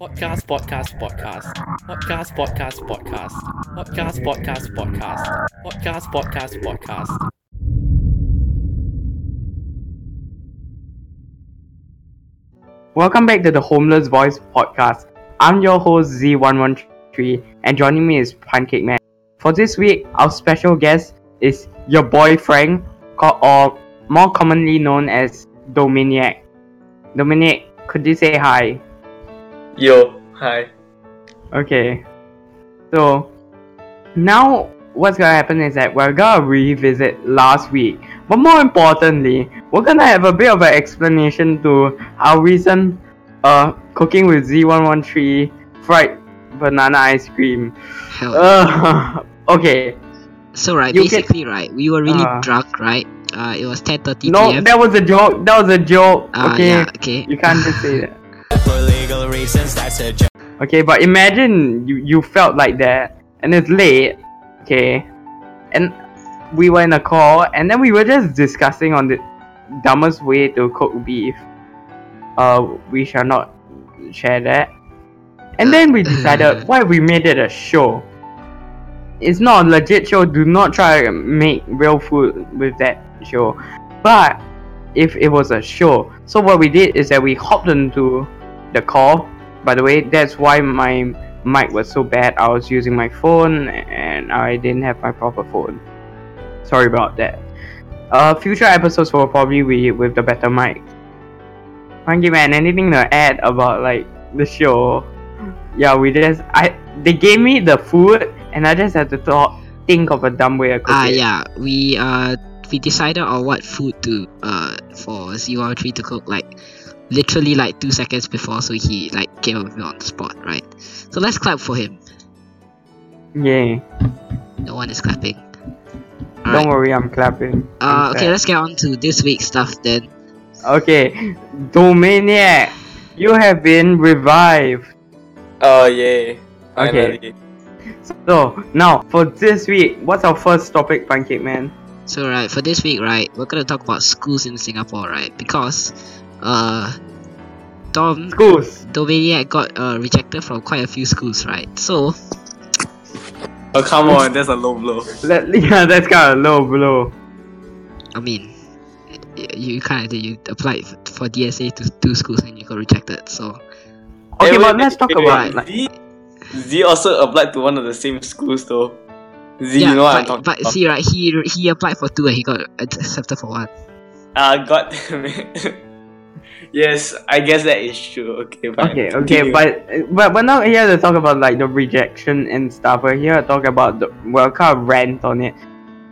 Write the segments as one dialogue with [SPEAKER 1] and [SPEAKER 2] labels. [SPEAKER 1] Podcast, podcast, podcast. Podcast, podcast, podcast. Podcast, podcast, podcast. Podcast, podcast, podcast.
[SPEAKER 2] Welcome back to the Homeless Voice podcast. I'm your host Z113, and joining me is Pancake Man. For this week, our special guest is your boy Frank, co- or more commonly known as Dominic. Dominic, could you say hi?
[SPEAKER 3] Yo, hi.
[SPEAKER 2] Okay. So now what's gonna happen is that we're gonna revisit last week. But more importantly, we're gonna have a bit of an explanation to our recent uh cooking with Z113 fried banana ice cream.
[SPEAKER 4] Hell.
[SPEAKER 2] Uh, okay.
[SPEAKER 4] so right,
[SPEAKER 2] you can-
[SPEAKER 4] basically right, we were really
[SPEAKER 2] Uh.
[SPEAKER 4] drunk, right? Uh, it was 10:30
[SPEAKER 2] No,
[SPEAKER 4] p.m.
[SPEAKER 2] that was a joke. That was a joke.
[SPEAKER 4] uh,
[SPEAKER 2] okay.
[SPEAKER 4] yeah, okay.
[SPEAKER 2] You can't just say that.
[SPEAKER 5] Ah, For legal reasons, that's a joke.
[SPEAKER 2] Okay, but imagine you, you felt like that and it's late, okay, and we were in a call and then we were just discussing on the dumbest way to cook beef. Uh, we shall not share that. And then we decided why we made it a show. It's not a legit show. Do not try to make real food with that show. But if it was a show, so what we did is that we hopped into the call. By the way, that's why my mic was so bad. I was using my phone and I didn't have my proper phone. Sorry about that. Uh, future episodes will probably be with the better mic. Funky man, anything to add about like the show? Yeah, we just I they gave me the food and I just had to talk, think of a dumb way to cook
[SPEAKER 4] Ah,
[SPEAKER 2] it.
[SPEAKER 4] yeah, we uh we decided on what food to uh for Z113 to cook like literally like two seconds before, so he like came up with it on the spot, right? So let's clap for him.
[SPEAKER 2] Yeah.
[SPEAKER 4] No one is clapping.
[SPEAKER 2] Don't
[SPEAKER 4] Alright.
[SPEAKER 2] worry, I'm clapping. I'm
[SPEAKER 4] Uh, Ah. okay,
[SPEAKER 2] set.
[SPEAKER 4] let's get on to this week's stuff then.
[SPEAKER 2] Okay, Dominic, you have been revived.
[SPEAKER 3] Oh, yay.
[SPEAKER 2] Okay.
[SPEAKER 3] Finally.
[SPEAKER 2] So now for this week, what's our first topic, Pancake Man?
[SPEAKER 4] So right for this week, right, we're gonna talk about schools in Singapore, right? Because, uh, Tom
[SPEAKER 2] Schools.
[SPEAKER 4] Dominiac got uh, rejected from quite a few schools, right? So,
[SPEAKER 3] Oh, come on, that's a low blow.
[SPEAKER 2] Let, yeah, that's kind of low blow.
[SPEAKER 4] I mean, y- you kind of did. You applied f- for DSA to two schools and you got rejected. So,
[SPEAKER 2] Okay,
[SPEAKER 3] Eh,
[SPEAKER 2] but
[SPEAKER 3] wait,
[SPEAKER 2] let's talk
[SPEAKER 3] wait,
[SPEAKER 2] about
[SPEAKER 3] wait,
[SPEAKER 2] like,
[SPEAKER 3] Z, Z also applied to one of the same schools, though. Z,
[SPEAKER 4] yeah,
[SPEAKER 3] you know what I'm
[SPEAKER 4] but,
[SPEAKER 3] talking
[SPEAKER 4] but
[SPEAKER 3] about.
[SPEAKER 4] see, right, he he applied for two and he got accepted for one.
[SPEAKER 3] Ah, god damn it. yes, I guess that is true. Okay, fine.
[SPEAKER 2] okay, okay,
[SPEAKER 3] Continue.
[SPEAKER 2] but but but not here to talk about like the rejection and stuff. We're here to talk about the well, kind of rant on it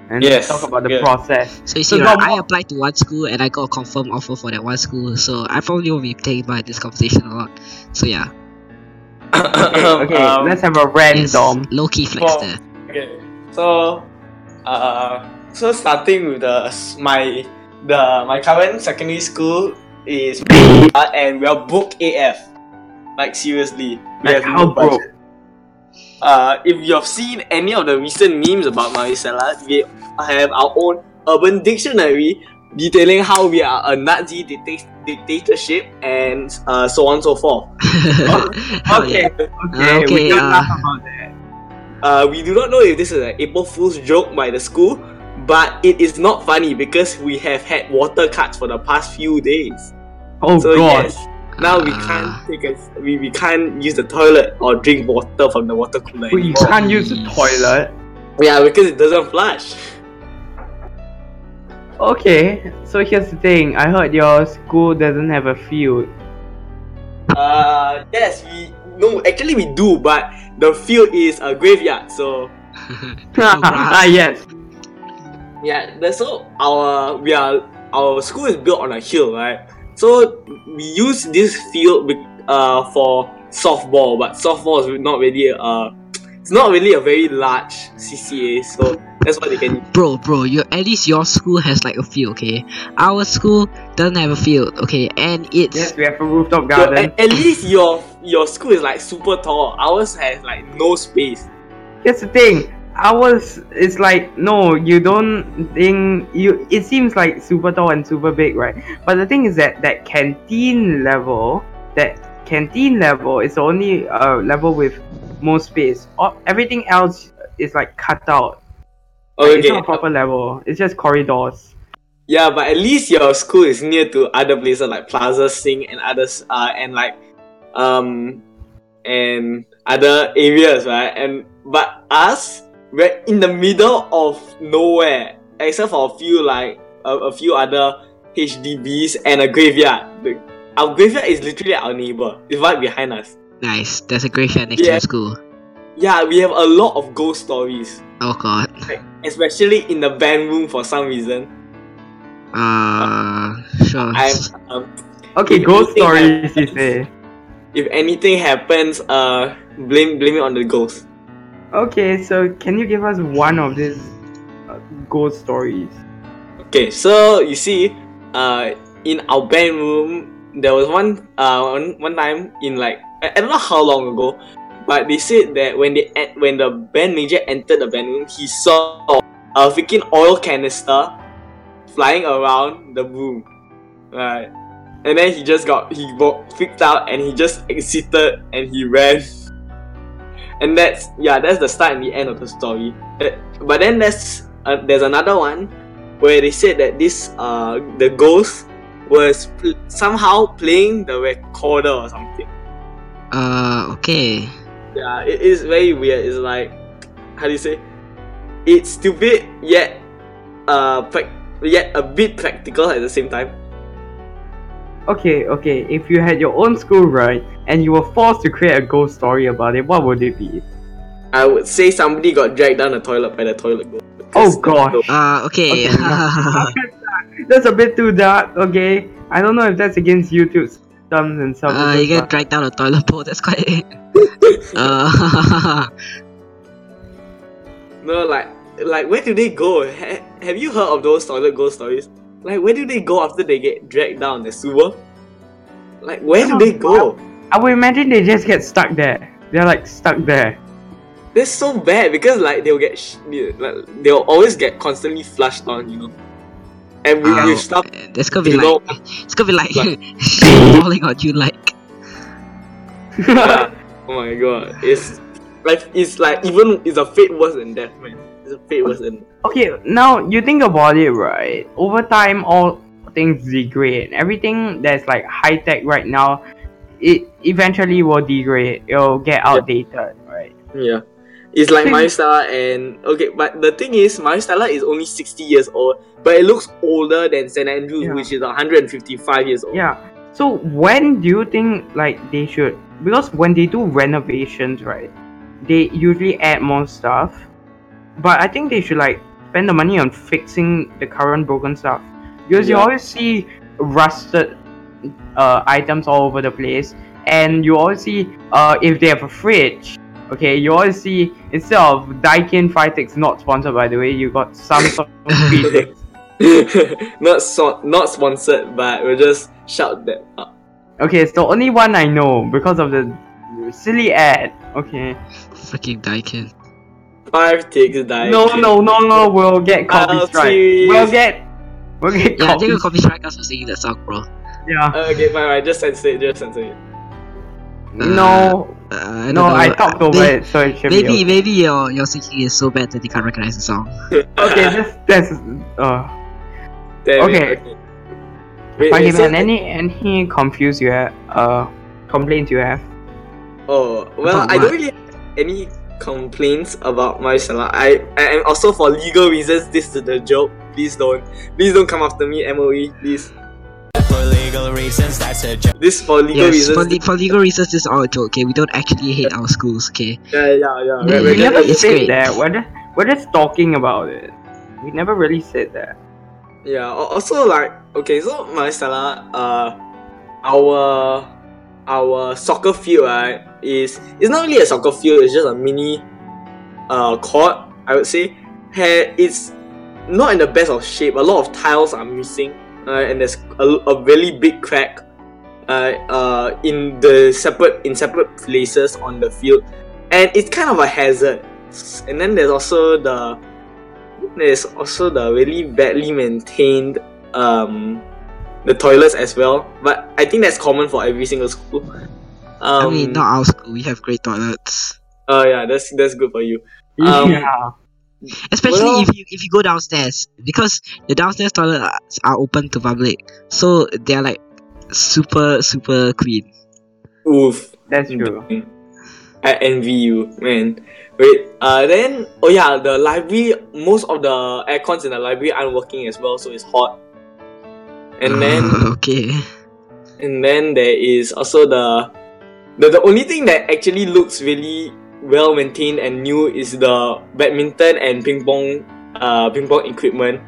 [SPEAKER 2] and
[SPEAKER 3] Yes,
[SPEAKER 2] talk about the
[SPEAKER 3] yeah.
[SPEAKER 2] process.
[SPEAKER 4] So you see,
[SPEAKER 2] So
[SPEAKER 4] right,
[SPEAKER 2] now-
[SPEAKER 4] I applied to one school and I got a confirmed offer for that one school. So I probably won't be taken by this conversation a lot. So yeah,
[SPEAKER 2] Okay, okay,
[SPEAKER 3] Um,
[SPEAKER 2] let's have a
[SPEAKER 4] yes,
[SPEAKER 2] random.
[SPEAKER 4] low key flex
[SPEAKER 3] Well,
[SPEAKER 4] there.
[SPEAKER 3] Okay, so, uh, so starting with the s- my the my current secondary school is uh, and we are booked AF. Like seriously, we
[SPEAKER 2] Like
[SPEAKER 3] have
[SPEAKER 2] how
[SPEAKER 3] no
[SPEAKER 2] broke?
[SPEAKER 3] budget. Uh, if you have seen any of the recent memes about Maricela, we have our own Urban Dictionary detailing how we are a Nazi dicta- dictatorship and uh, so on and so forth.
[SPEAKER 4] Hell Oh,
[SPEAKER 2] Okay,
[SPEAKER 4] yeah.
[SPEAKER 2] okay, we
[SPEAKER 4] okay,
[SPEAKER 2] don't
[SPEAKER 4] uh,
[SPEAKER 2] laugh about that.
[SPEAKER 3] Uh, we do not know if this is an April Fool's joke by the school, but it is not funny because we have had water cuts for the past few days.
[SPEAKER 2] Oh
[SPEAKER 3] so
[SPEAKER 2] god.
[SPEAKER 3] yes, now we
[SPEAKER 4] Ah.
[SPEAKER 3] can't take a, we, we can't use the toilet or drink water from the water cooler
[SPEAKER 2] We
[SPEAKER 3] anymore.
[SPEAKER 2] can't use the toilet.
[SPEAKER 3] Yeah, because it doesn't flush.
[SPEAKER 2] Okay, so here's the thing. I heard your school doesn't have a field.
[SPEAKER 3] Uh, yes, we no actually we do, but the field is a graveyard, so
[SPEAKER 2] ah yes.
[SPEAKER 3] Yeah, that's so our we are our school is built on a hill, right? So we use this field be- uh for softball, but softball is not really uh it's not really a very large CCA, so that's why they can
[SPEAKER 4] Bro, bro, you at least your school has like a field, okay? Our school doesn't have a field, okay? And it's
[SPEAKER 2] Yes, we have a rooftop
[SPEAKER 3] Yo,
[SPEAKER 2] garden.
[SPEAKER 3] at, at least your your school is like super tall. Ours has like no space.
[SPEAKER 2] Here's the thing. Ours is like no, you don't think you. It seems like super tall and super big, right? But the thing is that that canteen level, that canteen level is the only uh, level with more space. All, everything else is like cut out.
[SPEAKER 3] Okay,
[SPEAKER 2] It's not a proper level. It's just corridors.
[SPEAKER 3] Yeah, but at least your school is near to other places like Plaza Sing and others, uh, and like, um, and other areas, right? And but us, we're in the middle of nowhere, except for a few like a, a few other HDBs and a graveyard. The- Our graveyard is literally our neighbor. It's right behind us.
[SPEAKER 4] Nice. There's a graveyard next to
[SPEAKER 3] Yeah.
[SPEAKER 4] the school.
[SPEAKER 3] Yeah, we have a lot of ghost stories,
[SPEAKER 4] Oh god.
[SPEAKER 3] especially in the band room for some reason.
[SPEAKER 4] Uh, sure.
[SPEAKER 3] I'm um,
[SPEAKER 2] Okay,
[SPEAKER 3] If
[SPEAKER 2] ghost
[SPEAKER 3] anything
[SPEAKER 2] stories, you
[SPEAKER 3] happens-
[SPEAKER 2] say.
[SPEAKER 3] if anything happens, uh, blame blame it on the ghost.
[SPEAKER 2] Okay, so can you give us one of these uh, ghost stories?
[SPEAKER 3] Okay, so you see, uh, in our band room, there was one uh one, one time in like I, I don't know how long ago, but they said that when they en- when the band major entered the band room, he saw a freaking oil canister flying around the room, right? And then he just got he got freaked out and he just exited and he ran. And that's yeah, that's the start and the end of the story. Uh, But then that's uh, there's another one where they said that this uh the ghost was pl- somehow playing the recorder or something.
[SPEAKER 4] Uh, okay.
[SPEAKER 3] Yeah, it is very weird. It's like how do you say? It's stupid yet uh prac- yet a bit practical at the same time.
[SPEAKER 2] Okay, okay, if you had your own school, right, and you were forced to create a ghost story about it, what would it be?
[SPEAKER 3] I would say somebody got dragged down the toilet by the toilet bowl.
[SPEAKER 2] Oh, God.
[SPEAKER 4] Uh, okay.
[SPEAKER 2] Okay, That's a bit too dark, okay? I don't know if that's against YouTube thumbs and stuff.
[SPEAKER 4] uh, you get dragged down a toilet bowl. That's quite. uh,
[SPEAKER 3] No, like like where do they go? Ha- have you heard of those toilet ghost stories? Like where do they go after they get dragged down the sewer? Like where do they go?
[SPEAKER 2] I would imagine they just get stuck there. They're like stuck there.
[SPEAKER 3] That's so bad because like they'll get sh- like, they'll always get constantly flushed on, you know. And we
[SPEAKER 4] ow.
[SPEAKER 3] we stop.
[SPEAKER 4] uh, This could be
[SPEAKER 3] You know,
[SPEAKER 4] like. It's gonna be like
[SPEAKER 3] Like-
[SPEAKER 4] shit falling on you. Like
[SPEAKER 3] yeah. oh my god, it's like it's like even it's a fate worse than death, man. It's a fate worse than.
[SPEAKER 2] Okay, now you think about it, right? Over time, all things degrade. Everything that's like high tech right now, it eventually will degrade. It'll get outdated, right?
[SPEAKER 3] Yeah. It's like
[SPEAKER 2] Thing-
[SPEAKER 3] Mario Stella and okay, but the thing is Mario Stella is only sixty years old, but it looks older than San Andrew,
[SPEAKER 2] Yeah.
[SPEAKER 3] which is hundred and fifty five years old.
[SPEAKER 2] Yeah. So when do you think like they should? Because when they do renovations, right, they usually add more stuff. But I think they should like spend the money on fixing the current broken stuff because you
[SPEAKER 3] Yeah.
[SPEAKER 2] always see rusted uh, items all over the place, and you always see uh, if they have a fridge. Okay, you always see instead of Daikin Fitex not sponsored by the way, you got Samsung Fitex.
[SPEAKER 3] not so, not sponsored, but we'll just shout that out.
[SPEAKER 2] Okay, it's the only one I know because of the silly ad. Okay.
[SPEAKER 4] freaking Daikin.
[SPEAKER 3] Five takes die.
[SPEAKER 2] No, no, no, no. We'll get copy
[SPEAKER 3] I'll
[SPEAKER 2] strike.
[SPEAKER 3] see.
[SPEAKER 2] We'll get. We'll get
[SPEAKER 4] Yeah, I think
[SPEAKER 2] copy.
[SPEAKER 4] we'll copy strike us for singing that song, bro. Uh,
[SPEAKER 2] Yeah.
[SPEAKER 3] Okay, fine, fine. Just censor it. Just censor it.
[SPEAKER 2] No,
[SPEAKER 4] Uh, I don't
[SPEAKER 2] no.
[SPEAKER 4] know.
[SPEAKER 2] I talked
[SPEAKER 4] Uh,
[SPEAKER 2] over
[SPEAKER 4] may-
[SPEAKER 2] it, so it should
[SPEAKER 4] Maybe
[SPEAKER 2] be.
[SPEAKER 4] maybe your your singing is so bad that they can't recognize the song.
[SPEAKER 2] Okay. Okay. This. This. Uh.
[SPEAKER 3] Damn it,
[SPEAKER 2] okay.
[SPEAKER 3] Wait,
[SPEAKER 2] Okay,
[SPEAKER 3] wait, so-
[SPEAKER 2] man. Any any confuse you have? Uh. Complaints you have?
[SPEAKER 3] oh well,
[SPEAKER 4] About
[SPEAKER 3] I
[SPEAKER 4] what?
[SPEAKER 3] don't really have any complaints about Marisala. I I- and also for legal reasons, this is the joke. Please don't, please don't come after me, MOE. Please,
[SPEAKER 5] For legal reasons, that's a joke.
[SPEAKER 3] this for legal
[SPEAKER 4] Yes,
[SPEAKER 3] reasons.
[SPEAKER 4] for, le- for legal reasons, this is all a joke. Okay, we don't actually hate our schools. Okay,
[SPEAKER 3] yeah, yeah, yeah.
[SPEAKER 4] Yeah,
[SPEAKER 3] right,
[SPEAKER 2] We
[SPEAKER 3] right,
[SPEAKER 4] yeah,
[SPEAKER 2] never
[SPEAKER 4] it's
[SPEAKER 2] said
[SPEAKER 4] great.
[SPEAKER 2] that. We're just, we're just talking about it. We never really said that.
[SPEAKER 3] Yeah. al- Also, like, okay, so Marisala, uh, our our soccer field, right, is it's not really a soccer field. It's just a mini, uh, court. I would say, ha- it's not in the best of shape. A lot of tiles are missing, uh, and there's a, a really big crack, uh, uh, in the separate in separate places on the field, and it's kind of a hazard. And then there's also the there's also the really badly maintained um the toilets as well but i think that's common for every single school
[SPEAKER 4] I
[SPEAKER 3] Um,
[SPEAKER 4] mean, not our school. We have great toilets.
[SPEAKER 3] uh, yeah, that's that's good for you. Um,
[SPEAKER 2] yeah.
[SPEAKER 4] Especially
[SPEAKER 3] well-
[SPEAKER 4] if you if you go downstairs because the downstairs toilets are, are open to public, so they're like super super clean.
[SPEAKER 3] Oof.
[SPEAKER 2] That's true.
[SPEAKER 3] I envy you, man. Wait, uh, then oh yeah, the library. Most of the aircons in the library aren't working as well, so it's hot. And then,
[SPEAKER 4] okay,
[SPEAKER 3] and then there is also the, the the only thing that actually looks really well maintained and new is the badminton and ping pong, uh, ping pong equipment,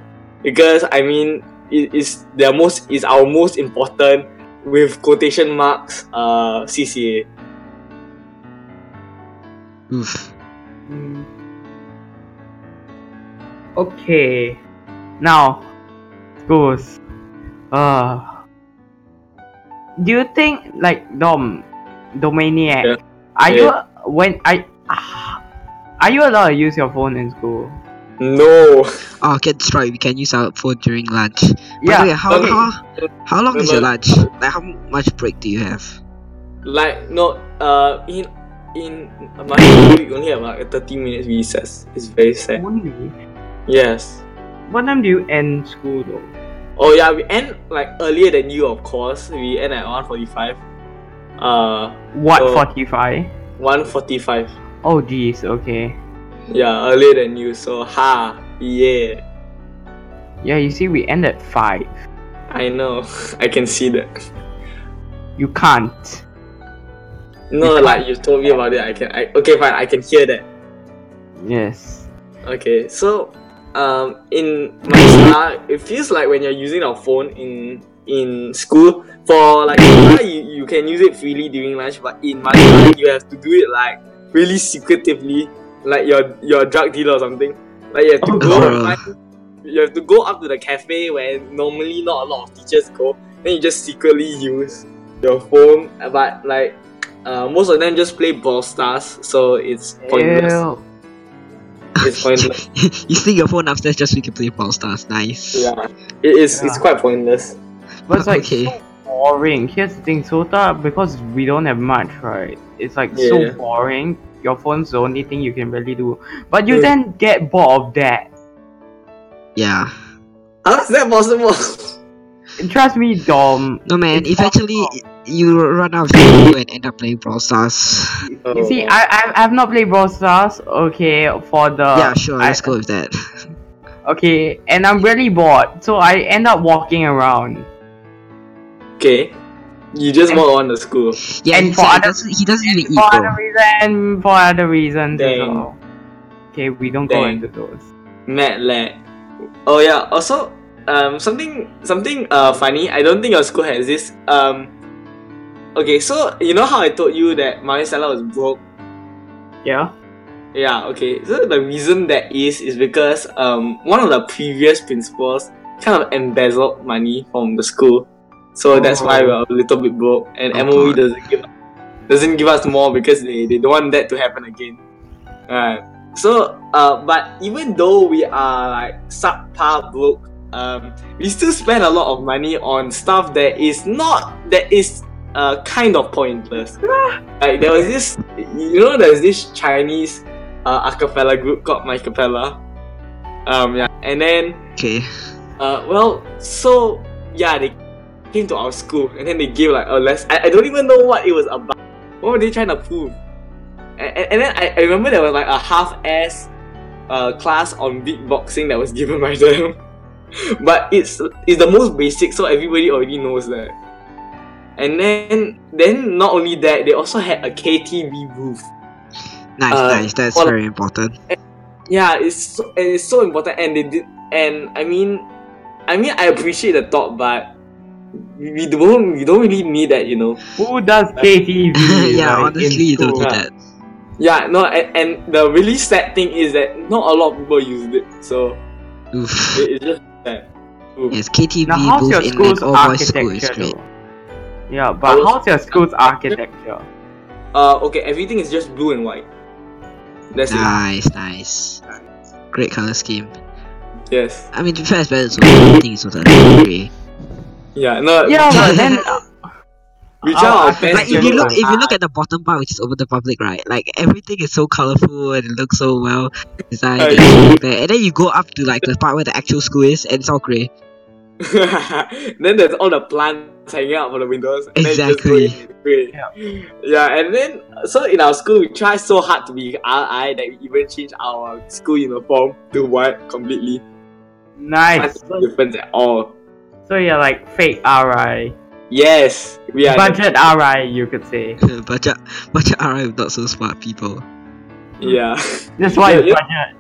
[SPEAKER 3] because I mean it is their most is our most important with quotation marks uh CCA.
[SPEAKER 4] Oof.
[SPEAKER 2] Mm. Okay. Now, schools. Uh, do you think like Dom, Domaniac?
[SPEAKER 3] Yeah.
[SPEAKER 2] Are
[SPEAKER 3] Yeah.
[SPEAKER 2] you when I? Are you allowed to use your phone in school?
[SPEAKER 3] No.
[SPEAKER 4] Oh, get destroyed. We can use our phone during lunch. By
[SPEAKER 2] yeah.
[SPEAKER 4] the way, how,
[SPEAKER 3] okay.
[SPEAKER 4] how, how long is your
[SPEAKER 3] Well,
[SPEAKER 4] lunch? Like, how much break do you have?
[SPEAKER 3] like no uh in in my school, we only have like a 30 minutes recess it's very sad
[SPEAKER 2] Only.
[SPEAKER 3] yes
[SPEAKER 2] What time do you end school though?
[SPEAKER 3] oh yeah we end like earlier than you of course we end at 145 uh
[SPEAKER 2] What
[SPEAKER 3] Oh.
[SPEAKER 2] forty-five?
[SPEAKER 3] 145
[SPEAKER 2] Oh geez. Okay.
[SPEAKER 3] yeah earlier than you so ha yeah
[SPEAKER 2] Yeah. You see, we end at five.
[SPEAKER 3] i know i can see that
[SPEAKER 2] You can't.
[SPEAKER 3] no like you told me about it i can I, okay fine i can hear that
[SPEAKER 2] Yes.
[SPEAKER 3] Okay, so um, in Malaysia, it feels like when you're using our phone in in school for like Malaysia, you, you can use it freely during lunch, but in Malaysia you have to do it like really secretively, like your your drug dealer or something. Like you have to go
[SPEAKER 4] Oh.
[SPEAKER 3] find, you have to go up to the cafe where normally not a lot of teachers go. Then you just secretly use your phone, but like uh, most of them just play ball stars, so it's pointless.
[SPEAKER 2] Ew.
[SPEAKER 3] It's pointless.
[SPEAKER 4] you sneak your phone upstairs just so you can play Brawl Stars. Nice.
[SPEAKER 3] Yeah, it is. It's
[SPEAKER 2] Yeah.
[SPEAKER 3] quite pointless.
[SPEAKER 2] But it's like
[SPEAKER 4] Okay.
[SPEAKER 2] so boring. Here's the thing, Sota, because we don't have much, right? It's like so
[SPEAKER 3] Yeah.
[SPEAKER 2] boring. Your phone's the only thing you can really do. But you
[SPEAKER 3] Mm.
[SPEAKER 2] then get bored of that.
[SPEAKER 4] Yeah.
[SPEAKER 3] How is that possible?
[SPEAKER 2] Trust me, Dom.
[SPEAKER 4] No man,
[SPEAKER 2] It's
[SPEAKER 4] eventually you run out of school and end up playing Brawl Stars.
[SPEAKER 2] You see,
[SPEAKER 3] Oh.
[SPEAKER 2] I, I I've not played Brawl Stars, okay, for the
[SPEAKER 3] Uh,
[SPEAKER 4] yeah, sure, let's
[SPEAKER 2] I-
[SPEAKER 4] go with that.
[SPEAKER 2] okay, and I'm really bored, so I end up walking around.
[SPEAKER 3] okay, you just walk on the school.
[SPEAKER 4] Yeah,
[SPEAKER 2] And
[SPEAKER 4] he,
[SPEAKER 2] for
[SPEAKER 4] said he
[SPEAKER 2] other-
[SPEAKER 4] doesn't, he doesn't even eat
[SPEAKER 2] For
[SPEAKER 4] though.
[SPEAKER 2] other reason, for other reasons. as
[SPEAKER 3] Dang.
[SPEAKER 2] well. Okay, we don't go
[SPEAKER 3] Dang.
[SPEAKER 2] into those.
[SPEAKER 3] Mad lad. Oh yeah. Also, um, something something uh funny. I don't think your school has this. Um, okay. So you know how I told you that Maricela was broke.
[SPEAKER 2] Yeah.
[SPEAKER 3] Yeah, okay. So the reason that is is because um one of the previous principals kind of embezzled money from the school. So that's why we're a little bit broke and
[SPEAKER 4] Oh,
[SPEAKER 3] MOE
[SPEAKER 4] God.
[SPEAKER 3] doesn't give doesn't give us more because they, they don't want that to happen again. Alright. So uh but even though we are like subpar broke, um we still spend a lot of money on stuff that is not that is uh kind of pointless. like there was this you know there's this Chinese uh, a cappella group called My Cappella. Um, yeah, and then
[SPEAKER 4] Okay.
[SPEAKER 3] uh, well, so yeah, they came to our school and then they gave like a lesson. I, I don't even know what it was about. What were they trying to prove? And, and, and then I, I remember there was like a half ass uh, class on beatboxing that was given by them. but it's it's the most basic, so everybody already knows that. And then then not only that, they also had a KTV booth.
[SPEAKER 4] Nice,
[SPEAKER 3] Uh,
[SPEAKER 4] nice. That's
[SPEAKER 3] well-
[SPEAKER 4] very important.
[SPEAKER 3] yeah it's so, and it's so important and they did and i mean i mean i appreciate the thought but we we don't we don't really need that you know
[SPEAKER 2] Who does KTV?
[SPEAKER 4] yeah,
[SPEAKER 2] like, in
[SPEAKER 4] honestly, you don't
[SPEAKER 2] school?
[SPEAKER 4] do
[SPEAKER 3] Yeah.
[SPEAKER 4] that.
[SPEAKER 3] yeah no and, and the really sad thing is that not a lot of people used it so
[SPEAKER 4] Oof.
[SPEAKER 3] it, it's just sad Oof.
[SPEAKER 4] Yes, KTV
[SPEAKER 2] Now, how's your
[SPEAKER 4] booth in an
[SPEAKER 2] school's
[SPEAKER 4] all-boys school is
[SPEAKER 2] architecture?
[SPEAKER 4] great.
[SPEAKER 2] though? Yeah, but
[SPEAKER 3] Our-
[SPEAKER 2] how's your school's architecture?
[SPEAKER 3] uh okay everything is just blue and white that's
[SPEAKER 4] Nice, nice. Great color scheme.
[SPEAKER 3] it yes
[SPEAKER 4] I mean, to be fair, it's better. So I think it's also gray.
[SPEAKER 3] yeah no
[SPEAKER 2] uh, Yeah, but then
[SPEAKER 3] Which are
[SPEAKER 2] Oh,
[SPEAKER 3] our
[SPEAKER 2] I think
[SPEAKER 4] Like
[SPEAKER 3] best
[SPEAKER 4] Uh, if you
[SPEAKER 3] general-
[SPEAKER 4] look, if you look at the bottom part, which is open to public, right? Like everything is so colorful and it looks so well designed, and,
[SPEAKER 3] Okay.
[SPEAKER 4] everything there. and then you go up to like the part where the actual school is, and it's all grey.
[SPEAKER 3] then there's all the plants hanging out for the windows. And
[SPEAKER 4] Exactly.
[SPEAKER 3] Then you just go in. Great. Yeah, and then so in our school we try so hard to be RI that we even change our school uniform to white completely.
[SPEAKER 2] Nice.
[SPEAKER 3] That's
[SPEAKER 2] Oh.
[SPEAKER 3] no difference at all.
[SPEAKER 2] So you're like fake RI.
[SPEAKER 3] Yes, we are.
[SPEAKER 2] Budget RI, you could say.
[SPEAKER 4] but ya- but ya are not so smart people.
[SPEAKER 3] Yeah,
[SPEAKER 2] That's why
[SPEAKER 3] Yeah,
[SPEAKER 2] it's
[SPEAKER 3] yeah.
[SPEAKER 2] budget.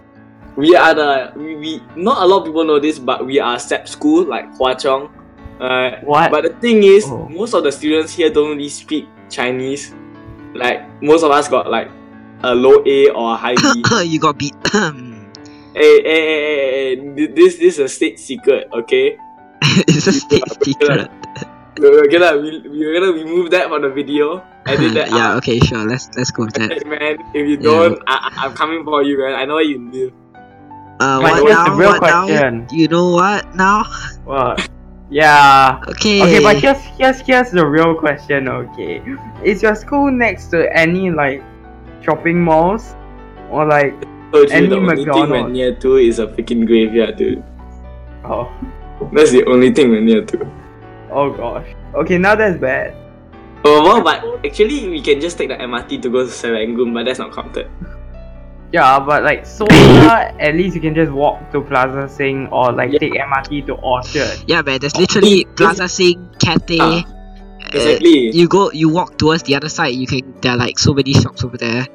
[SPEAKER 3] we are the we, we not a lot of people know this, but we are SEP school like Hua Chong. Uh,
[SPEAKER 2] What?
[SPEAKER 3] But the thing is,
[SPEAKER 2] Oh.
[SPEAKER 3] most of the students here don't really speak Chinese. Like most of us got like a low A or a high B.
[SPEAKER 4] you got beat.
[SPEAKER 3] hey, hey, hey, hey, hey, th- this this is a state secret, okay?
[SPEAKER 4] it's a state secret.
[SPEAKER 3] So we're gonna we, we're gonna remove that from the video. Edit that
[SPEAKER 4] yeah.
[SPEAKER 3] out.
[SPEAKER 4] Okay. Sure. Let's let's go with that.
[SPEAKER 3] Hey, man, if you
[SPEAKER 4] Yeah.
[SPEAKER 3] don't, I, I- I'm coming for you, man. I know you live.
[SPEAKER 2] But
[SPEAKER 4] Uh, what
[SPEAKER 2] here's
[SPEAKER 4] now?
[SPEAKER 2] the real
[SPEAKER 4] what now?
[SPEAKER 2] question.
[SPEAKER 4] You know what now?
[SPEAKER 2] What? Yeah.
[SPEAKER 4] Okay.
[SPEAKER 2] Okay, but here's here's here's the real question. Okay, is your school next to any like shopping malls or like
[SPEAKER 3] So dude,
[SPEAKER 2] Any
[SPEAKER 3] the only thing we're
[SPEAKER 2] McDonald's.
[SPEAKER 3] near to is a freaking graveyard, dude.
[SPEAKER 2] oh
[SPEAKER 3] That's the only thing we're near to.
[SPEAKER 2] oh gosh. Okay, now that's bad.
[SPEAKER 3] Oh, well, but actually, we can just take the MRT to go to Serangoon, but that's not counted.
[SPEAKER 2] Yeah, but like Sola, at least you can just walk to Plaza Sing or like
[SPEAKER 3] Yeah.
[SPEAKER 2] take MRT to Orchard.
[SPEAKER 4] yeah, man. There's literally Plaza Sing, Cathay.
[SPEAKER 3] Ah,
[SPEAKER 4] uh,
[SPEAKER 3] Exactly.
[SPEAKER 4] you go you walk towards the other side you can there are like so many shops over there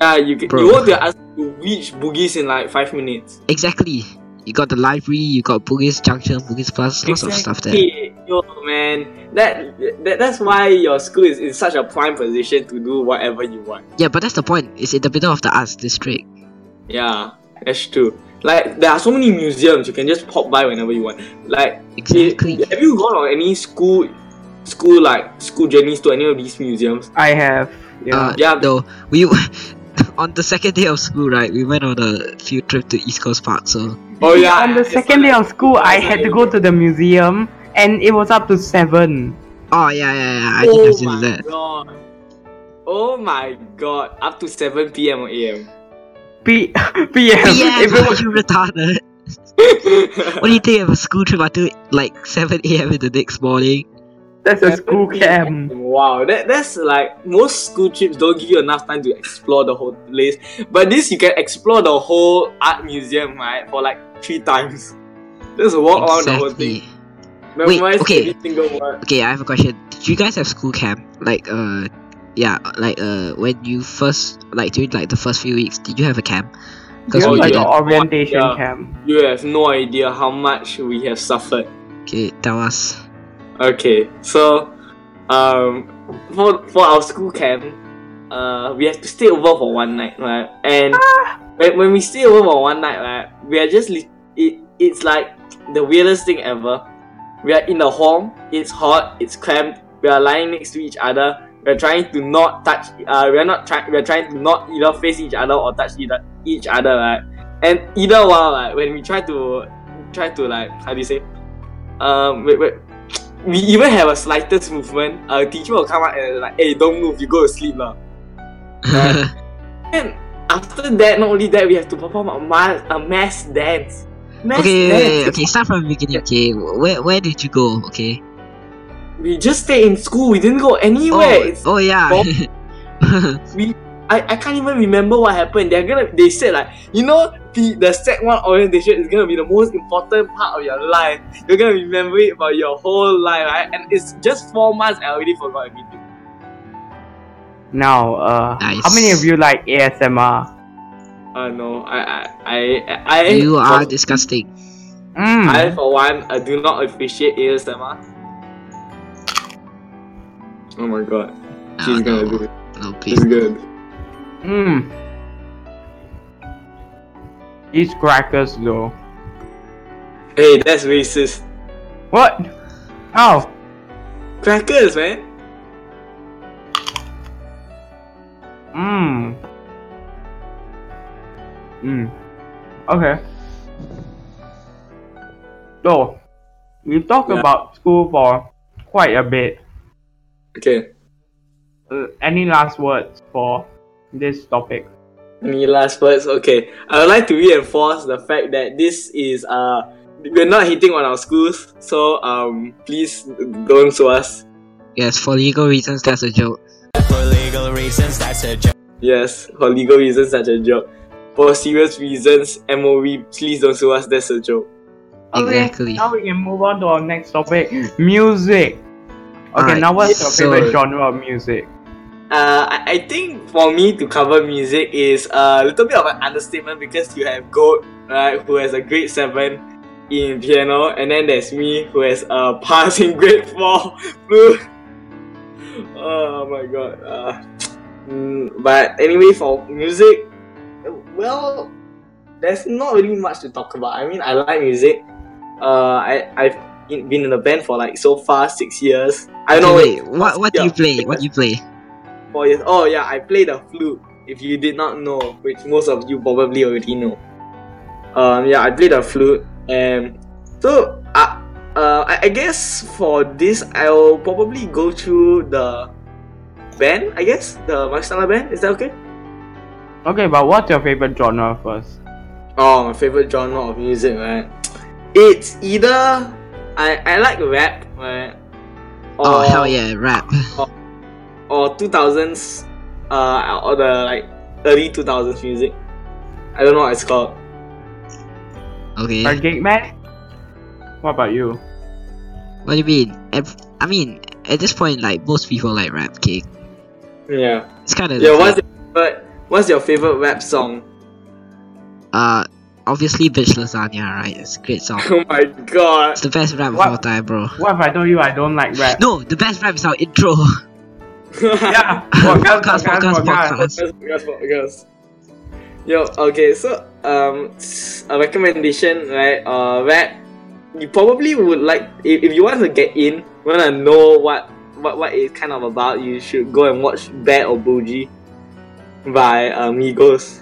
[SPEAKER 3] Ah, you can,
[SPEAKER 4] Bro.
[SPEAKER 3] you want to ask to reach Bugis in like five minutes.
[SPEAKER 4] exactly you got the library you got bugis junction bugis plus lots of stuff there
[SPEAKER 3] Exactly. Yo, man, that, that that's why your school is in such a prime position to do whatever you want.
[SPEAKER 4] yeah but that's the point it's in the middle of the arts district
[SPEAKER 3] Yeah, that's true. Like there are so many museums you can just pop by whenever you want. Like, it-
[SPEAKER 4] exactly
[SPEAKER 3] have you gone on any school, school like school journeys to any of these museums?
[SPEAKER 2] I have.
[SPEAKER 4] uh
[SPEAKER 2] Yeah.
[SPEAKER 3] Yeah.
[SPEAKER 4] no we on the second day of school right we went on a field trip to east coast park so
[SPEAKER 3] Oh yeah.
[SPEAKER 2] On the
[SPEAKER 3] it's
[SPEAKER 2] second day
[SPEAKER 3] like-
[SPEAKER 2] of school, I had to go to the museum, and it was up to seven.
[SPEAKER 4] oh yeah yeah yeah i think i've seen that
[SPEAKER 3] god. Oh my god. Up to 7 p.m. or a.m.
[SPEAKER 2] P PM.
[SPEAKER 4] yeah
[SPEAKER 2] If it was
[SPEAKER 4] you retarded what do you think of a school trip until like 7 a.m in the next morning
[SPEAKER 2] that's a school camp.
[SPEAKER 3] Wow, that, that's like most school trips don't give you enough time to explore the whole place. But this you can explore the whole art museum, right? For like three times. Just walk around the whole
[SPEAKER 4] exactly
[SPEAKER 3] thing. Memorize
[SPEAKER 4] okay.
[SPEAKER 3] every single word.
[SPEAKER 4] Okay, I have a question. Did you guys have school camp? Like, uh, yeah, like, uh, when you first, like, during like the first few weeks, did you have a camp?
[SPEAKER 2] You
[SPEAKER 4] Because
[SPEAKER 2] know,
[SPEAKER 3] Oh,
[SPEAKER 4] we
[SPEAKER 2] like
[SPEAKER 4] did.
[SPEAKER 3] yeah.
[SPEAKER 2] an orientation
[SPEAKER 3] Yeah.
[SPEAKER 2] camp.
[SPEAKER 3] You have no idea how much we have suffered.
[SPEAKER 4] Okay, tell us.
[SPEAKER 3] Okay, so um for for our school camp, uh we have to stay over for one night, right? And when, when we stay over for one night, right, we are just lit- it it's like the weirdest thing ever. We are in the hall, it's hot, it's cramped, we are lying next to each other, we are trying to not touch uh we are not trying we are trying to not either face each other or touch either each other, right? And either while like when we try to try to like how do you say um wait wait we even have a slightest movement, our teacher will come out and like, hey, don't move, you go to sleep now. And after that, not only that, we have to perform a, ma- a mass dance. Mass
[SPEAKER 4] okay, wait, wait,
[SPEAKER 3] dance.
[SPEAKER 4] okay, start from the beginning. Okay, where where did you go? Okay.
[SPEAKER 3] We just stay in school, we didn't go
[SPEAKER 4] Oh,
[SPEAKER 3] anywhere. It's,
[SPEAKER 4] oh yeah.
[SPEAKER 3] I, I can't even remember what happened. They're gonna they said like, you know, the, the sec one orientation is gonna be the most important part of your life. You're gonna remember it for your whole life, right? And it's just four months I already forgot everything.
[SPEAKER 2] Now, uh, how
[SPEAKER 4] Nice.
[SPEAKER 2] many of you like ASMR?
[SPEAKER 3] Uh no, I I I, I
[SPEAKER 4] you are
[SPEAKER 3] for-
[SPEAKER 4] disgusting.
[SPEAKER 2] Mm.
[SPEAKER 3] I for one I do not appreciate ASMR. Oh my god.
[SPEAKER 4] No,
[SPEAKER 3] She's gonna do
[SPEAKER 4] Ah, no,
[SPEAKER 3] it.
[SPEAKER 4] no, please.
[SPEAKER 3] She's good.
[SPEAKER 2] Mm. These crackers, though.
[SPEAKER 3] Hey, that's racist.
[SPEAKER 2] What? How?
[SPEAKER 3] Crackers, man.
[SPEAKER 2] Mmm. Mmm. Okay. So, we talked
[SPEAKER 3] Yeah.
[SPEAKER 2] about school for quite a bit.
[SPEAKER 3] Okay.
[SPEAKER 2] uh, any last words for this topic?
[SPEAKER 3] Any last words? Okay, I would like to reinforce the fact that this is uh we're not hitting on our schools, so um please don't sue us.
[SPEAKER 4] Yes, for legal reasons, that's a joke.
[SPEAKER 5] For legal reasons, that's a joke.
[SPEAKER 3] Yes, for legal reasons, such a joke. For serious reasons, MOV, please don't sue us. That's a joke.
[SPEAKER 4] Exactly.
[SPEAKER 2] Now we can move on to our next topic, music. Okay,
[SPEAKER 4] Alright,
[SPEAKER 2] now what's your
[SPEAKER 4] so-
[SPEAKER 2] favorite genre of music?
[SPEAKER 3] Uh, I, I think for me to cover music is a little bit of an understatement because you have Gold, right, who has a grade seven in piano, and then there's me who has a passing grade four flute. oh my god. Uh, mm, but anyway, for music, well, there's not really much to talk about. I mean, I like music. Uh, I I've in- been in a band for like so far six years. I
[SPEAKER 4] Okay,
[SPEAKER 3] know.
[SPEAKER 4] wait, what what do you
[SPEAKER 3] Yeah.
[SPEAKER 4] play? What do you play?
[SPEAKER 3] four years. Oh yeah, I play the flute. If you did not know, which most of you probably already know. Um, yeah, I play the flute, and so I, uh, I, I guess for this, I'll probably go through the band. I guess the Marshall band. Is that okay?
[SPEAKER 2] Okay, but what's your favorite genre first?
[SPEAKER 3] Oh, my favorite genre of music, right? It's either I I like rap, right?
[SPEAKER 4] Oh,
[SPEAKER 3] Or-
[SPEAKER 4] hell yeah, rap.
[SPEAKER 3] or 2000s uh or the like early 2000s music i don't know what it's called
[SPEAKER 4] Okay.
[SPEAKER 2] Yeah. man? What about you?
[SPEAKER 4] What do you mean? Ev- I mean, at this point, like most people like rap. Okay,
[SPEAKER 3] yeah
[SPEAKER 4] it's kind of
[SPEAKER 3] yeah what's your favorite, what's your favorite rap song
[SPEAKER 4] uh obviously bitch lasagna, right? It's a great song.
[SPEAKER 3] oh my god
[SPEAKER 4] It's the best rap
[SPEAKER 2] What?
[SPEAKER 4] of all time, bro.
[SPEAKER 2] What if I told you I don't like rap?
[SPEAKER 4] No, the best rap is our intro.
[SPEAKER 2] Yeah,
[SPEAKER 4] Podcast, podcast, podcast.
[SPEAKER 3] Yes, yes, yes. Yo, okay, so um, s- a recommendation, right? Uh, that you probably would like if, if you want to get in, want to know what what what it's kind of about. You should go and watch Bad or Bougie by uh, Migos.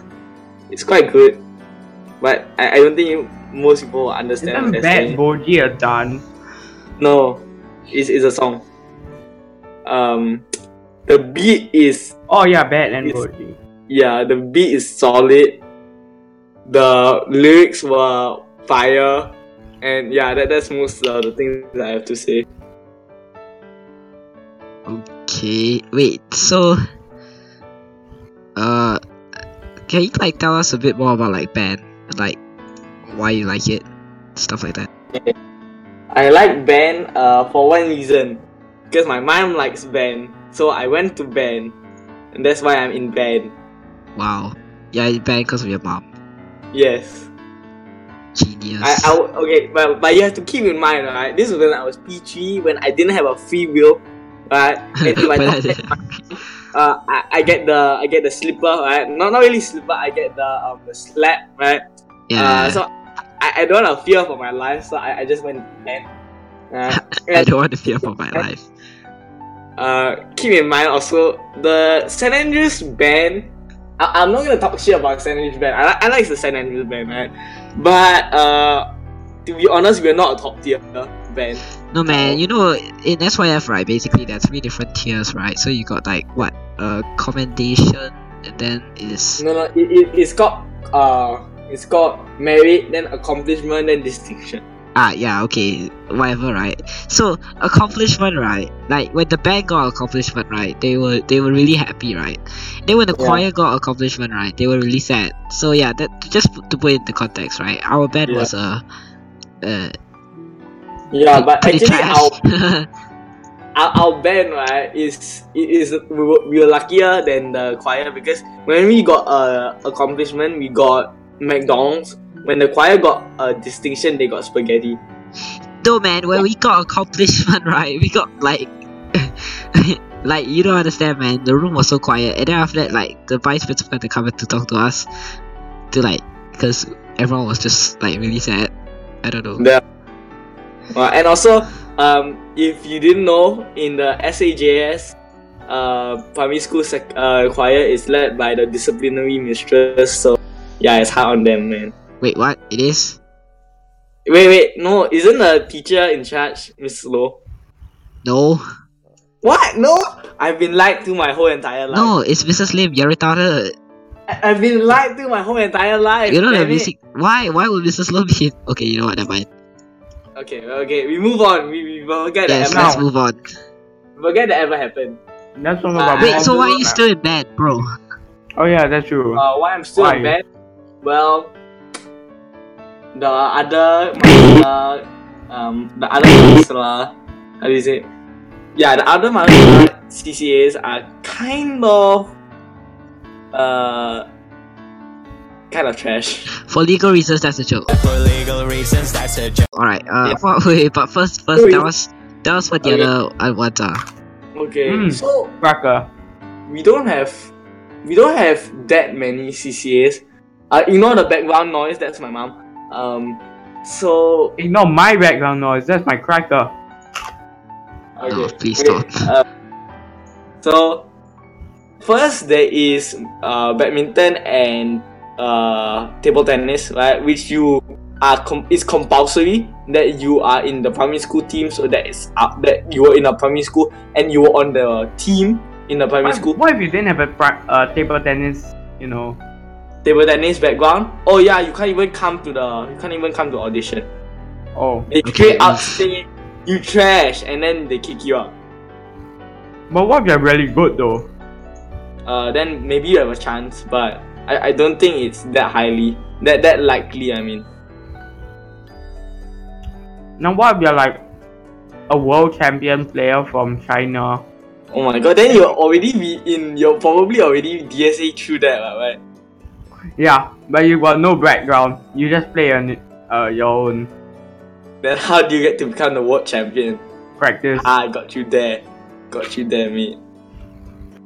[SPEAKER 3] It's quite good, but I, I don't think you, most people will understand.
[SPEAKER 2] Isn't
[SPEAKER 3] what they're
[SPEAKER 2] Bad
[SPEAKER 3] saying.
[SPEAKER 2] Boji a dance?
[SPEAKER 3] no, it's, it's a song. Um, the beat is
[SPEAKER 2] Oh yeah, Bad and
[SPEAKER 3] It's-
[SPEAKER 2] Boji.
[SPEAKER 3] yeah, the beat is solid. The lyrics were fire, and yeah, that that's most uh, the things that I have to say.
[SPEAKER 4] Okay, wait. So, uh, can you like tell us a bit more about like band, like why you like it, stuff like that?
[SPEAKER 3] I like band uh, for one reason, because my mom likes band, so I went to band, and that's why I'm in band.
[SPEAKER 4] Wow. Yeah, you band because of your mom.
[SPEAKER 3] Yes,
[SPEAKER 4] Genius.
[SPEAKER 3] I, I w- okay, but but you have to keep in mind, right? This was when I was P three, when I didn't have a free will, right? And my
[SPEAKER 4] But I
[SPEAKER 3] dad- uh, I, I get the I get the slipper, right? Not not really slipper. I get the um the slap, right? Uh,
[SPEAKER 4] yeah,
[SPEAKER 3] so I, I don't have fear for my life, so I, I just went and uh,
[SPEAKER 4] I
[SPEAKER 3] and,
[SPEAKER 4] don't want to fear for my life.
[SPEAKER 3] uh keep in mind also the San Andreas band. I, I'm not gonna talk shit about San Andreas band. I, li- I like the San Andreas band, right? But uh, to be honest, we're not a top tier band.
[SPEAKER 4] No man, you know in SYF right, basically there are three different tiers, right? So you got like what? Uh commendation and then is
[SPEAKER 3] No, no, it, it, it's called uh, it's called merit, then accomplishment, then distinction.
[SPEAKER 4] ah yeah, okay, whatever right. So accomplishment right, like when the band got accomplishment right, they were they were really happy, right? Then when the
[SPEAKER 3] Yeah.
[SPEAKER 4] choir got accomplishment right, they were really sad. So yeah, that just to put it into context, right? Our band
[SPEAKER 3] Yeah.
[SPEAKER 4] was uh, uh
[SPEAKER 3] Yeah, but
[SPEAKER 4] pretty
[SPEAKER 3] actually, our
[SPEAKER 4] trash.
[SPEAKER 3] our, our band right is it is we were, we were luckier than the choir because when we got uh, accomplishment we got McDonald's. When the choir got a distinction, they got spaghetti.
[SPEAKER 4] No man, when we got accomplishment right, we got like like you don't understand man, the room was so quiet and then after that like the vice principal had to come in to talk to us to like because everyone was just like really sad. I don't know.
[SPEAKER 3] Uh, and also, um, if you didn't know, in the SAJS, uh, primary school sec- uh, choir is led by the disciplinary mistress. So yeah, it's hard on them, man.
[SPEAKER 4] Wait, what? It is?
[SPEAKER 3] Wait, wait, no, isn't the teacher in charge Miss Low?
[SPEAKER 4] No.
[SPEAKER 3] What? No, I've been lied to my whole entire life.
[SPEAKER 4] No, it's Mrs. Lim. You're retarded.
[SPEAKER 3] I- I've been lied to my whole entire life.
[SPEAKER 4] You know
[SPEAKER 3] damn
[SPEAKER 4] that
[SPEAKER 3] it.
[SPEAKER 4] music. Why? Why would Mrs. Lim be? Okay, you know what? Never mind.
[SPEAKER 3] Okay, okay, we move on. We, we forget
[SPEAKER 4] Yes,
[SPEAKER 3] that
[SPEAKER 4] let's
[SPEAKER 3] ever,
[SPEAKER 4] move on.
[SPEAKER 3] forget that ever happened.
[SPEAKER 2] That's one about
[SPEAKER 4] Ah, Wait, so
[SPEAKER 3] I'll
[SPEAKER 4] why
[SPEAKER 3] do
[SPEAKER 4] are you
[SPEAKER 3] that.
[SPEAKER 4] still in bed, bro?
[SPEAKER 2] Oh yeah, that's true.
[SPEAKER 3] Uh, why I'm still
[SPEAKER 2] Why?
[SPEAKER 3] in bed? Well, the other, uh, um, the other masalah, how do you say? it? Yeah, the other masalah CCAs are kind of, uh, kind of trash.
[SPEAKER 4] For legal reasons, that's a joke.
[SPEAKER 5] For legal reasons, that's a joke.
[SPEAKER 4] All right. Uh,
[SPEAKER 3] Yeah.
[SPEAKER 4] what- wait, but first, first
[SPEAKER 3] Wait.
[SPEAKER 4] that was that was for the
[SPEAKER 3] Okay.
[SPEAKER 4] other uh, ones. Uh.
[SPEAKER 3] Okay,
[SPEAKER 2] Hmm.
[SPEAKER 3] so
[SPEAKER 2] Cracker.
[SPEAKER 3] we don't have we don't have that many CCAs. Uh, ignore the background noise. That's my mom. Um, so
[SPEAKER 2] Ignore my background noise. That's my cracker.
[SPEAKER 3] okay,
[SPEAKER 4] No, Oh, please
[SPEAKER 3] okay,
[SPEAKER 4] don't.
[SPEAKER 3] uh, so first there is uh, badminton and uh, table tennis, right? Which you are com- it's compulsory that you are in the primary school team, so that is up that you were in a primary school and you were on the team in the primary
[SPEAKER 2] What,
[SPEAKER 3] school.
[SPEAKER 2] what if you didn't have a pri- uh, table tennis? You know.
[SPEAKER 3] table tennis background. Oh yeah, you can't even come to the you can't even come to audition.
[SPEAKER 2] Oh,
[SPEAKER 3] They
[SPEAKER 4] Okay.
[SPEAKER 3] straight up say you trash and then they kick you out.
[SPEAKER 2] but what if you're really good though?
[SPEAKER 3] Uh, then maybe you have a chance, but I, I don't think it's that highly that that likely. I mean,
[SPEAKER 2] Now what if you're like a world champion player from China?
[SPEAKER 3] oh my god, then you're already be in you're probably already DSA through that, lah, right?
[SPEAKER 2] Yeah, but you got no background. You just play on uh, your own
[SPEAKER 3] Then how do you get to become the world champion?
[SPEAKER 2] practice.
[SPEAKER 3] Ah, got you there, got you there, mate.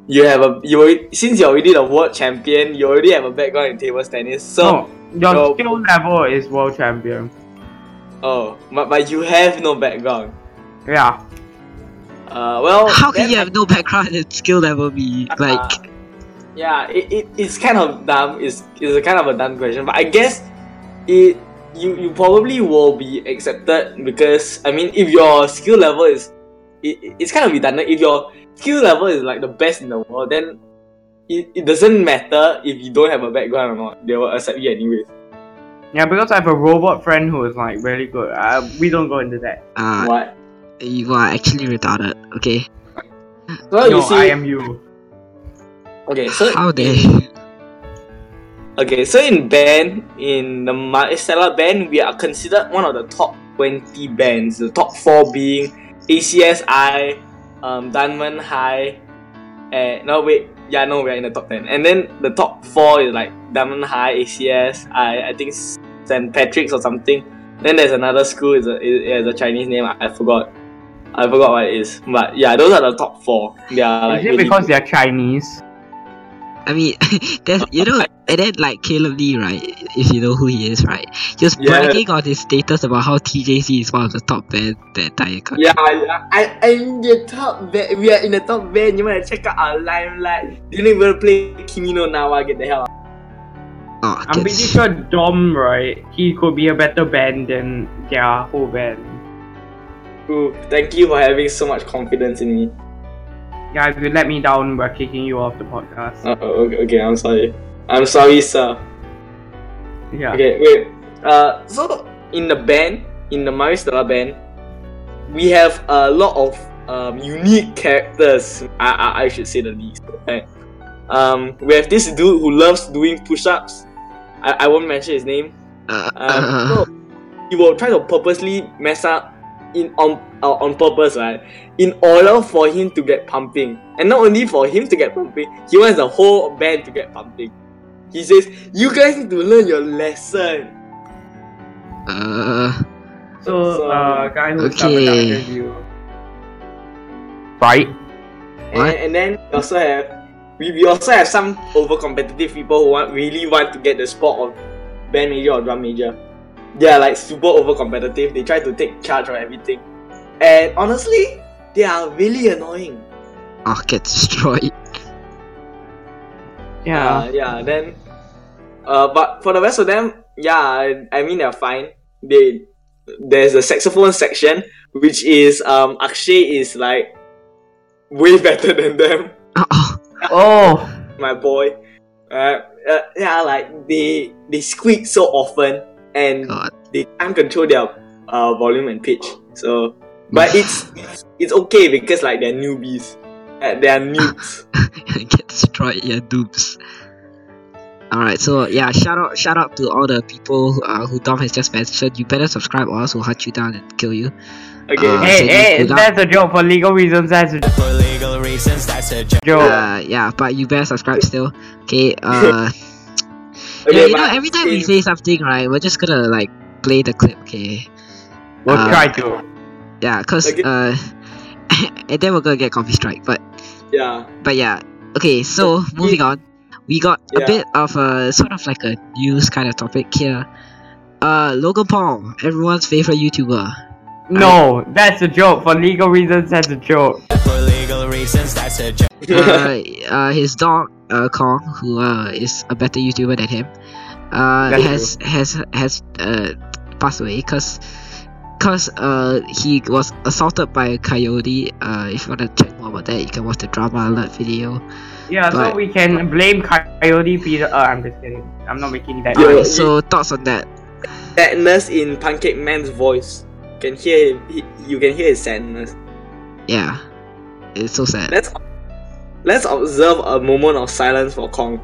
[SPEAKER 3] You have a you alre- since you're already the world champion, you already have a background in table tennis, so.
[SPEAKER 2] no, your
[SPEAKER 3] no.
[SPEAKER 2] skill level is world champion.
[SPEAKER 3] Oh, but, but you have no background.
[SPEAKER 2] Yeah,
[SPEAKER 3] Uh, well,
[SPEAKER 4] How can
[SPEAKER 3] that- Uh,
[SPEAKER 4] you have no background and skill level be like?
[SPEAKER 3] Yeah, it, it, it's kind of dumb. It's it's a kind of a dumb question, but I guess it you you probably will be accepted because I mean, if your skill level is it, it- it's kind of redundant. If your skill level is like the best in the world, then it, it doesn't matter if you don't have a background or not. They will accept you anyways.
[SPEAKER 2] yeah. Because I have a robot friend who is like really good. Uh, we don't go into that.
[SPEAKER 4] Uh,
[SPEAKER 3] What?
[SPEAKER 4] you are actually retarded. Okay.
[SPEAKER 3] So
[SPEAKER 2] no,
[SPEAKER 3] you see,
[SPEAKER 2] I am you.
[SPEAKER 3] okay. So
[SPEAKER 4] How dare?
[SPEAKER 3] Okay, so in band, in the Maestella band, we are considered one of the top 20 bands. The top four being ACSI, um, Dunman High, and no wait, yeah, no, we're in the top 10. And then the top four is like Dunman High, ACSI, I think St. Patrick's or something. Then there's another school, it's a, it has a Chinese name, I, I forgot. I forgot what it is. But yeah, those are the top four. They are like
[SPEAKER 2] is it
[SPEAKER 3] really
[SPEAKER 2] because
[SPEAKER 3] good.
[SPEAKER 2] they're Chinese?
[SPEAKER 4] I mean, there's you know, and then like Caleb Lee, right? If you know who he is, right? Just
[SPEAKER 3] Yeah.
[SPEAKER 4] bragging on his status about how TJC is one of the top band that entire country.
[SPEAKER 3] Yeah, I, I, I'm the top band. We are in the top band. You wanna check out our limelight? Didn't even play Kimi no Nawa. Get the hell out.
[SPEAKER 4] Oh,
[SPEAKER 2] I'm pretty
[SPEAKER 4] kids.
[SPEAKER 2] sure Dom, right? He could be a better band than their whole band.
[SPEAKER 3] Ooh, thank you for having so much confidence in me.
[SPEAKER 2] Yeah, if you let me down, we're kicking you off the podcast.
[SPEAKER 3] Uh, okay, okay, I'm sorry. I'm sorry, sir.
[SPEAKER 2] yeah.
[SPEAKER 3] Okay, wait. Uh, so in the band, in the Mario Stella band, we have a lot of um, unique characters. I, I, I should say the least. Right? Um, we have this dude who loves doing push-ups. I, I won't mention his name.
[SPEAKER 4] Uh,
[SPEAKER 3] Um,
[SPEAKER 4] uh,
[SPEAKER 3] no, he will try to purposely mess up in on uh, on purpose, right? In order for him to get pumping, and not only for him to get pumping, he wants the whole band to get pumping. He says, "You guys need to learn your lesson."
[SPEAKER 4] uh,
[SPEAKER 2] So,
[SPEAKER 3] So-
[SPEAKER 2] uh, guy who
[SPEAKER 4] Okay.
[SPEAKER 2] sabotaged you. Right?
[SPEAKER 4] What?
[SPEAKER 3] And, and then we also have we, we also have some over competitive people who want really want to get the spot of band major or drum major. They are like super over competitive. They try to take charge of everything, and honestly, they are really annoying.
[SPEAKER 4] oh, get destroyed.
[SPEAKER 2] Yeah.
[SPEAKER 3] Uh, yeah, then. Uh, but for the rest of them, yeah, I, I mean they're fine. They there's the saxophone section, which is um Akshay is like way better than them.
[SPEAKER 4] Oh,
[SPEAKER 3] Uh,
[SPEAKER 2] Oh,
[SPEAKER 3] my boy. Uh, uh, yeah, like they they squeak so often and
[SPEAKER 4] God.
[SPEAKER 3] they can't control their uh, volume and pitch. So, but it's it's okay because like they're newbies, uh, they're noobs.
[SPEAKER 4] get destroyed, yeah, dupes. Alright, so yeah, shout out shout out to all the people who, uh, who Dom has just mentioned. You better subscribe or else we'll hunt you down and kill you.
[SPEAKER 3] Okay,
[SPEAKER 4] Uh,
[SPEAKER 2] hey,
[SPEAKER 4] so
[SPEAKER 2] hey,
[SPEAKER 4] good luck.
[SPEAKER 2] that's a joke for legal reasons. That's a
[SPEAKER 5] For legal reasons, that's a joke.
[SPEAKER 3] Oh.
[SPEAKER 2] joke.
[SPEAKER 4] Uh, yeah, but you better subscribe still. Okay, uh,
[SPEAKER 3] okay,
[SPEAKER 4] yeah, you
[SPEAKER 3] but
[SPEAKER 4] know, every time we
[SPEAKER 3] in-
[SPEAKER 4] say something, right, we're just gonna like play the clip, okay?
[SPEAKER 2] we'll
[SPEAKER 4] uh,
[SPEAKER 2] try to.
[SPEAKER 4] Yeah, cause
[SPEAKER 3] Okay.
[SPEAKER 4] uh, and then we're gonna get coffee strike, but
[SPEAKER 3] yeah,
[SPEAKER 4] but yeah, okay. So moving on, we got a
[SPEAKER 3] Yeah.
[SPEAKER 4] bit of a sort of like a news kind of topic here. Uh, Logan Paul, everyone's favorite YouTuber.
[SPEAKER 2] No, that's a joke for legal reasons. That's a joke.
[SPEAKER 5] For legal reasons, that's a joke.
[SPEAKER 4] Uh, uh his dog, uh, Kong, who uh is a better YouTuber than him, uh,
[SPEAKER 2] That's
[SPEAKER 4] has has has uh passed away because. Cause uh he was assaulted by a coyote. Uh, if you wanna check more about that, you can watch the drama alert video.
[SPEAKER 2] Yeah, so
[SPEAKER 4] Right.
[SPEAKER 2] we can blame Coyote Peter. Uh, I'm just kidding. I'm not making that.
[SPEAKER 4] Alright,
[SPEAKER 3] Yeah.
[SPEAKER 2] joke.
[SPEAKER 4] so thoughts on that?
[SPEAKER 3] sadness in Pancake Man's voice. Can hear him, he, you can hear his sadness.
[SPEAKER 4] Yeah, it's so sad.
[SPEAKER 3] Let's let's observe a moment of silence for Kong.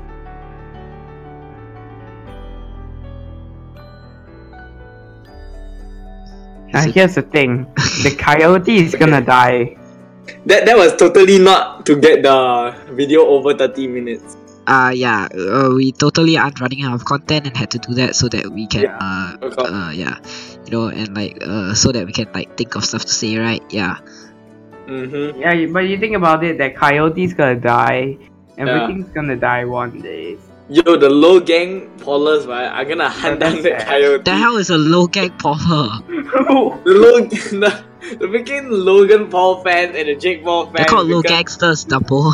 [SPEAKER 2] Now here's the thing: the coyote is gonna die.
[SPEAKER 3] That that was totally not to get the video over thirty minutes.
[SPEAKER 4] uh yeah uh, we totally aren't running out of content and had to do that so that we can
[SPEAKER 3] Yeah.
[SPEAKER 4] uh
[SPEAKER 3] Okay.
[SPEAKER 4] uh yeah you know and like uh so that we can like think of stuff to say right yeah
[SPEAKER 3] Mm-hmm.
[SPEAKER 2] Yeah, you- but you think about it: that coyote's gonna die. Everything's gonna die one day.
[SPEAKER 3] Yo, the low gang pollers, right, are gonna hunt
[SPEAKER 2] that's
[SPEAKER 3] down that
[SPEAKER 2] sad.
[SPEAKER 3] coyote.
[SPEAKER 4] the hell is a low gang popper
[SPEAKER 3] The low, the, the freaking Logan Paul fans and the Jake Paul fans.
[SPEAKER 4] they're called low
[SPEAKER 3] because-
[SPEAKER 4] gangsters double